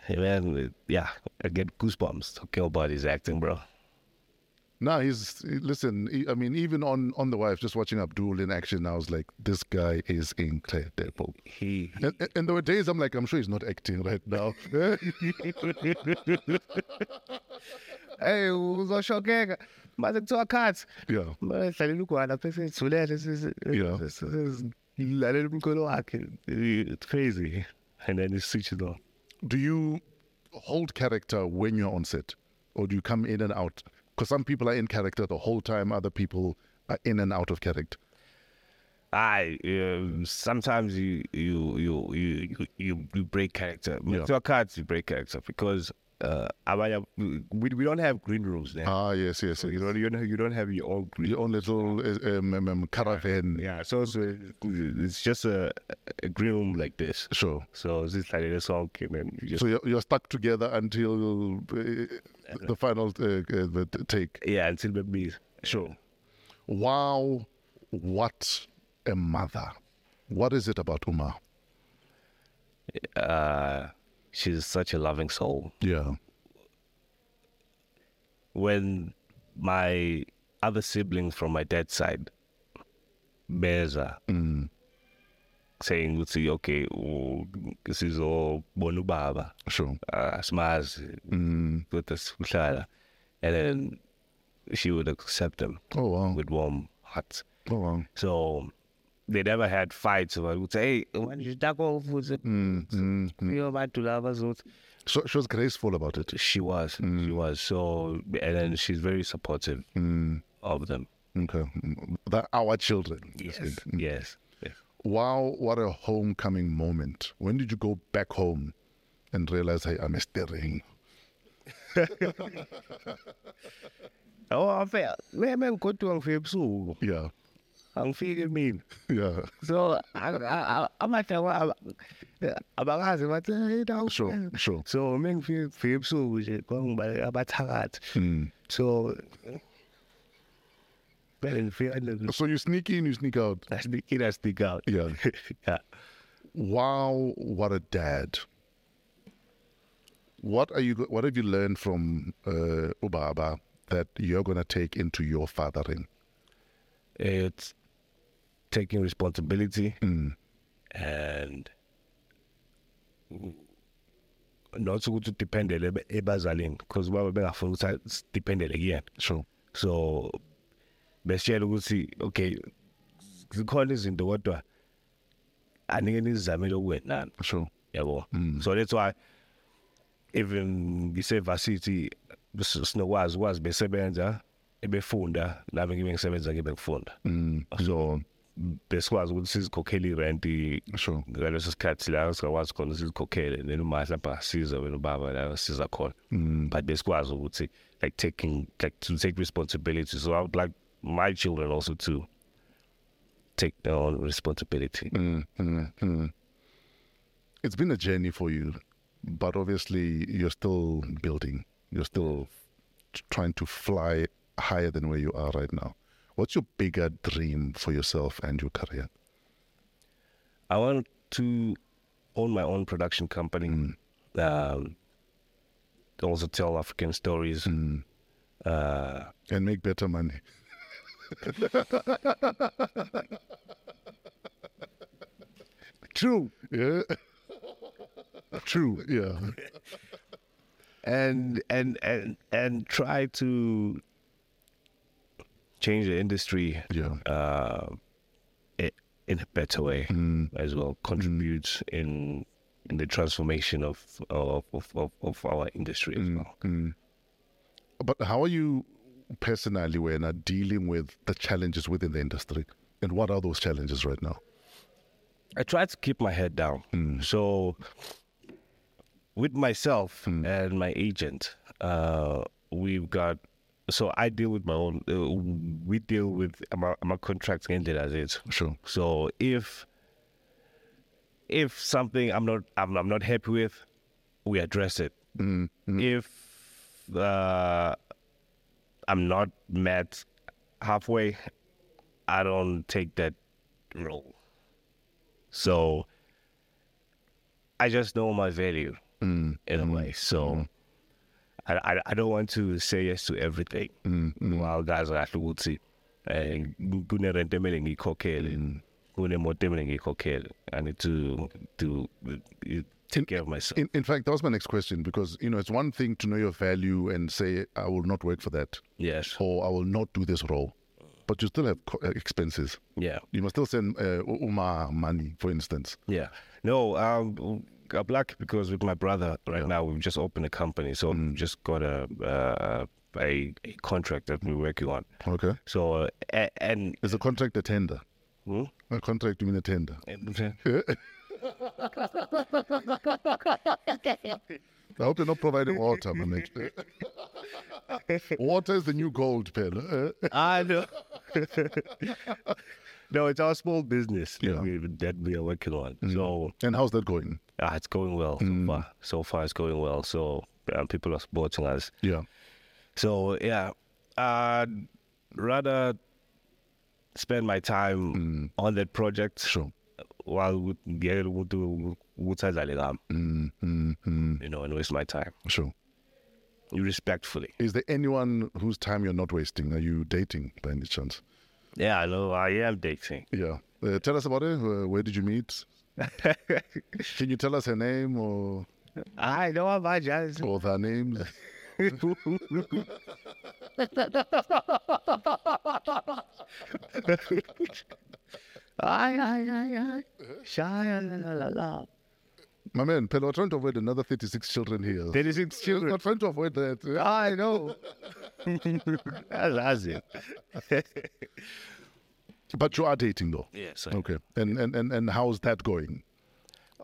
G: hey, man, it- yeah, I get goosebumps talking about his acting, bro.
C: No, he's he- listen, he- I mean, even on on the wife, just watching Abdul in action, I was like, this guy is incredible.
G: He,
C: And, and- and there were days I'm like, I'm sure he's not acting right now.
G: hey, uzoshokeka mase kuthiwa cut
C: yeah.
G: dlalela ugwala phese ithulele
C: Yeah.
G: lalela umculo wakhe it's crazy and then he switches on
C: do you hold character when you're on set or do you come in and out because some people are in character the whole time other people are in and out of character
G: I um, sometimes you you you you you- you, you break character.
C: Yeah.
G: Yeah. To cards, you break character because uh, abanye- we we don't have green rooms now.
C: ah yes yes
G: So you don't you don't you don't have your own green.
C: your own little uh, um, um, um, caravan
G: Yeah, so, so it's just a, a green room like this.
C: sure
G: So it's just like a song and then you just
C: so you're, you're stuck together until uh, the final uh, uh, the t- take
G: yeah until maybe sure.
C: wow what a mother what is it about uma
G: Uh, she's such a loving soul.
C: yeah
G: when my other siblings from my dad's side, Beza, Mm. saying, would say, okay, oh, this is all Bonubaba,
C: sure
G: uh, Smaz, mm. with us, And then she would accept them
C: oh wow
G: with warm hearts.
C: oh wow
G: So they never had fights. So I would say, hey, when you duck off, was it? You know, to love us.
C: so she was graceful about it
G: She was. She was. So, and then she's very supportive of them.
C: okay that our children
G: Yes. Yes. yes.
C: wow, what a homecoming moment. When did you go back home and realize, hey, I'm a stirring?
G: Oh, I felt, man, man, go to a so
C: Yeah,
G: I'm feeling mean.
C: yeah,
G: So, I, I, I, I'm at the, I'm, I'm asking, but, you know,
C: sure, sure.
G: So, man, feel, feel so, Mm. which is going by about heart. So, and feel. I don't know.
C: So you sneak in, you sneak out.
G: I sneak in, I sneak out.
C: Yeah.
G: yeah.
C: Wow, what a dad. What are you? go- What have you learned from uh, Ubaba that you're gonna take into your fathering?
G: It's taking responsibility and not so good to depend on ebazalini because baba bengafuni ukuthi sidependele kuyena
C: Sure.
G: so besitshela ukuthi okay zikhona izinto kodwa anike nizizamele okuwenani
C: Sure.
G: yabo so that's why even ngisevasithi s- sinokwazi ukwazi besebenza ebefunda nami ngibe ngisebenza ngibe ngifunda so besikwazi ukuthi sizikhokhele irenti
C: Sure.
G: ngaleso sikhathi la singakwazi khona ukuthi sizikhokhele then uma hlampe asiza wena ubaba la siza khona but besikwazi ukuthi like taking like to take responsibility so i would like my children also to take their own responsibility
C: It's been a journey for you, but obviously you're still building. You're still t- trying to fly higher than where you are right now. What's your bigger dream for yourself and your career?
G: I want to own my own production company. Um, also tell African stories.
C: and make better money. True. Yeah. True. Yeah.
G: and and and and try to change the industry
C: Yeah.
G: i- in a better way as well. Contribute in in the transformation of of of, of, of our industry as well.
C: but how are you personally, Wena, dealing with the challenges within the industry? And what are those challenges right now?
G: I try to keep my head down. So, with myself and my agent, uh, we've got. So I deal with my own. Uh, we deal with my, my contracts ended as it.
C: Sure.
G: So if if something I'm not I'm, I'm not happy with, we address it. If uh, I'm not met halfway, I don't take that role. So I just know my value in a way. So I, I I don't want to say yes to everything. While guys are ukuthi eh, ku- kunerent emele ngiyikhokhele, kunemoto emele ngiyikhokhele. I need to to uh, take care of myself.
C: In, in fact, that was my next question because, you know, it's one thing to know your value and say, I will not work for that
G: yes.
C: or I will not do this role, but you still have co- uh, expenses.
G: Yeah.
C: You must still send uh, U- Uma money, for instance.
G: Yeah. No, um, I'm lucky because with my brother right now, we've just opened a company. So we've just got a, uh, a, a contract that we're working on.
C: Okay.
G: So, uh, a- and.
C: Is a contract a tender?
G: Hmm?
C: A contract, you mean a tender? I hope they're not providing water, man. water is the new gold, eh? Pen.
G: I know. no, it's our small business that,
C: Yeah.
G: we, that we are working on. So
C: And how's that going?
G: uh, it's going well so far. So far, it's going well. So uh, people are supporting us.
C: Yeah.
G: So yeah, I'd rather spend my time on that project.
C: Mm. Sure.
G: While ngiyeke ukuthi kuthazale ngami.
C: Mm-hmm.
G: You know, and waste my time.
C: Sure.
G: Respectfully.
C: Is there anyone whose time you're not wasting? Are you dating by any chance?
G: Yeah, I know I am dating.
C: Yeah. Uh, tell us about it. Uh, where did you meet? Can you tell us her name or,
G: I know I'm just
C: or their names?
G: Ay, ay, ay, ay. Shy, la, la, la, la.
C: My man, Pen, we're trying to avoid another 36 children here.
G: 36
C: We're
G: children.
C: trying to avoid that. eh?
G: I know. That's it.
C: But you are dating though.
G: Yes.
C: Okay. And and and, and how's that going?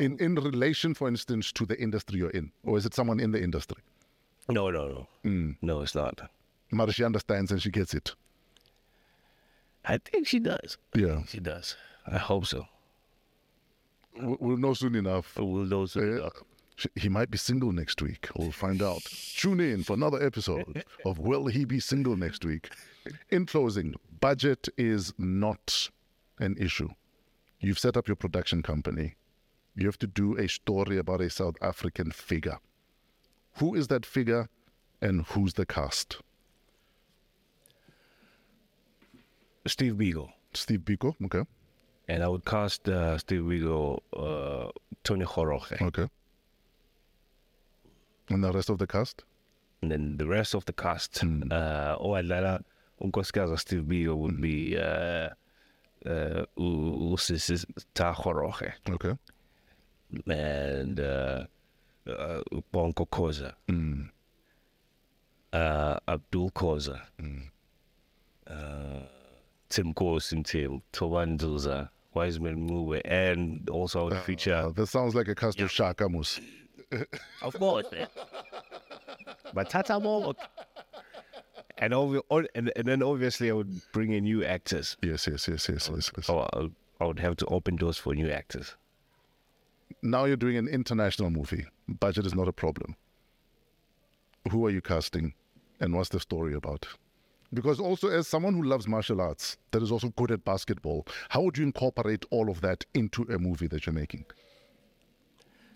C: In in relation, for instance, to the industry you're in, or is it someone in the industry?
G: No, no, no.
C: Mm.
G: No, it's not.
C: Mara, she understands and she gets it.
G: I think she does.
C: Yeah,
G: She does. I hope so.
C: We- we'll know soon enough.
G: Will those
C: Uh, Sh- He might be single next week. We'll find out. Tune in for another episode of Will He Be Single Next Week? In closing, budget is not an issue. You've set up your production company. You have to do a story about a South African figure. Who is that figure and who's the cast?
G: Steve Beagle.
C: Steve Biko? Okay.
G: And I would cast uh, Steve Beagle, uh, Tony Jorge.
C: Okay. And the rest of the cast?
G: And then the rest of the cast,
C: Hmm.
G: uh, oh, Adlala, Unkosikaza Steve Beagle would
C: Hmm.
G: be uh, uh, U- Usisi Ta Jorge
C: Okay.
G: and uh, uh, Bonko Koza,
C: Hmm.
G: uh, Abdul Koza,
C: Hmm.
G: uh, Tim Kosim Tim, Toban Duza, Wiseman Mube, and also I would feature
C: Uh, that sounds like a cast of Shaka Moose.
G: Of course. eh. but Tata Momo. And, obvi- all- and, and then obviously I would bring in new actors.
C: Yes, yes, yes, yes, yes, yes.
G: So I, I would have to open doors for new actors.
C: Now you're doing an international movie. Budget is not a problem. Who are you casting and what's the story about? Because also, as someone who loves martial arts, that is also good at basketball, how would you incorporate all of that into a movie that you're making?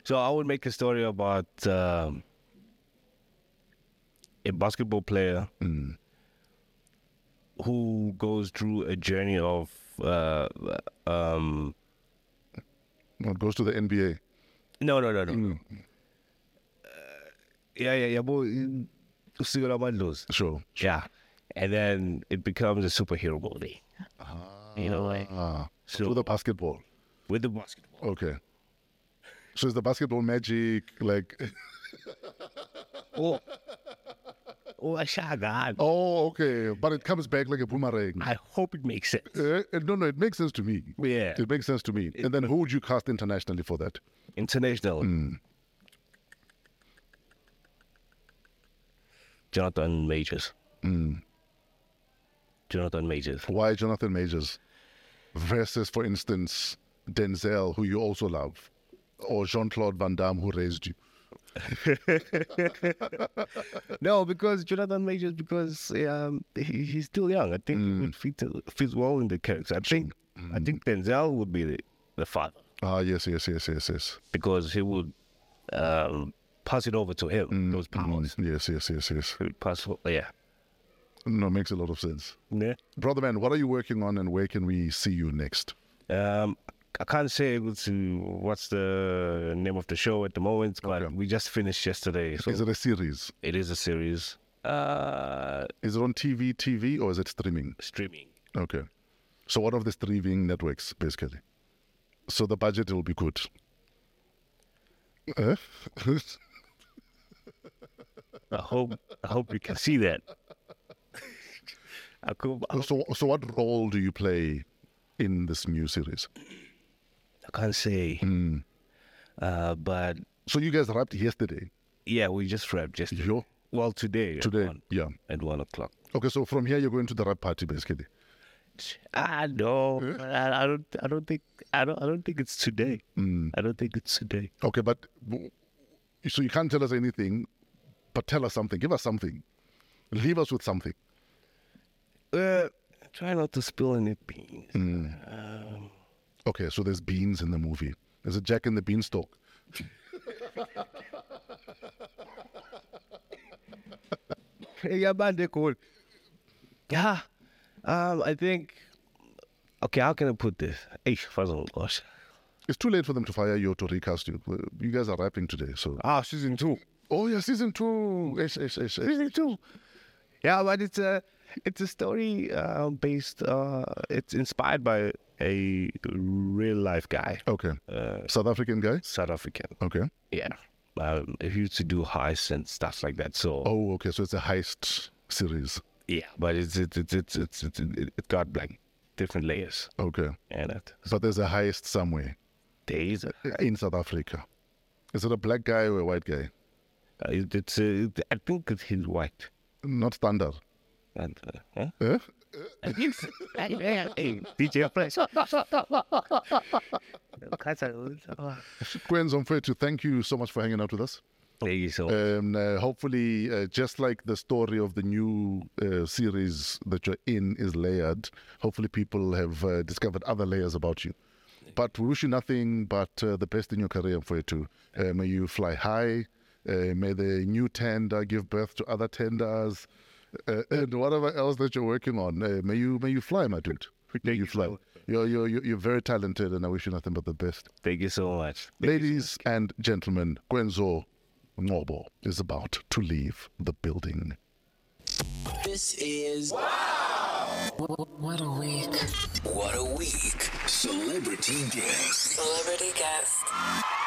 G: So I would make a story about um, a basketball player who goes through a journey of uh, um,
C: Well, it goes to the NBA.
G: No, no, no, no. Uh, yeah, yeah, yeah. But Usigala Mandlos.
C: Sure.
G: Yeah. And then it becomes a superhero movie. You know, like
C: Ah,
G: So-
C: to the basketball.
G: with the basketball.
C: Okay. So is the basketball magic like?
G: Oh, oh, I shot that.
C: Oh, okay. But it comes back like a boomerang.
G: I hope it makes sense.
C: Eh, eh, no, no, it makes sense to me.
G: Yeah.
C: It makes sense to me. and then who would you cast internationally for that?
G: International. Jonathan Majors. Hmm. Jonathan Majors.
C: Why Jonathan Majors versus, for instance, Denzel, who you also love, or Jean Claude Van Damme, who raised you?
G: No, because Jonathan Majors, because um, he, he's still young. I think he would fit uh, fit well in the character. I think I think Denzel would be the, the father
C: Ah, yes, yes, yes, yes, yes.
G: because he would um, pass it over to him
C: Mm,
G: those powers.
C: Yes, yes, yes, yes.
G: He would pass, o- yeah.
C: No, makes a lot of sense.
G: yeah.
C: Brother man, what are you working on and where can we see you next?
G: Um, I can't say able to what's the name of the show at the moment, but
C: Okay.
G: we just finished yesterday, so
C: Is it a series?
G: it is a series uh,
C: Is it on TV, TV, or is it streaming?
G: streaming.
C: Okay. So one of the streaming networks, basically. So the budget will be good. Eh?
G: I hope I hope you can see that. I could, I
C: so, so what role do you play in this new series?
G: I can't say.
C: Mm.
G: Uh, but
C: So you guys wrapped yesterday,
G: yeah, we just wrapped yesterday.
C: Yo.
G: Well, today. at
C: today,
G: one-
C: yeah.
G: At one o'clock.
C: Okay, so from here you're going to the rap party, basically.
G: Ah no, I, I don't. I don't think. I don't. I don't think it's today. I don't think it's today.
C: Okay, but w- so you can't tell us anything, but tell us something. Give us something. Leave us with something.
G: Uh, try not to spill any beans.
C: Okay, so there's beans in the movie. There's a Jack and the Beanstalk.
G: Yeah, man, they're cool. Yeah. Um, I think. Okay, how can I put this? Hey, Fazal, gosh.
C: It's too late for them to fire you or to recast you. Uh, You guys are rapping today, so.
G: Ah, season two.
C: Oh yeah, season two. Yes, yes, yes, yes.
G: Season two. Yeah, but it's a it's a story uh, based. Uh, it's inspired by a real life guy,
C: Okay. South African guy.
G: South African.
C: Okay.
G: Yeah. Um, he used to do heists and stuff like that. So
C: Oh, okay. So it's a heist series.
G: yeah, but it's it's it's it's, it's, it's it, it got like different layers
C: Okay.
G: in it.
C: But there's a heist somewhere eh,
G: Days. uh,
C: in South Africa. Is it a black guy or a white guy?
G: Uh, it- it's uh, it- I think it's his white.
C: Not standard.
G: And, uh, huh?
C: Eh?
G: Abuse. Hey, DJ Fresh. uh,
C: Gwen Zomfetu, thank you so much for hanging out with us.
G: Thank you so much.
C: Um, uh, hopefully, uh, just like the story of the new uh, series that you're in is layered, hopefully people have uh, discovered other layers about you. But we wish you nothing but uh, the best in your career, Mfwetu. Uh, may you fly high. Uh, may the new tender give birth to other tenders, uh, and whatever else that you're working on. Uh, may you may you fly, my dude. May you fly. You're, you're you're you're very talented, and I wish you nothing but the best.
G: Thank you so much.
C: Ladies and gentlemen, Gwenzo Ngobo is about to leave the building.
B: This is
D: What a week.
B: What a Week Celebrity Guest.
D: Celebrity guest.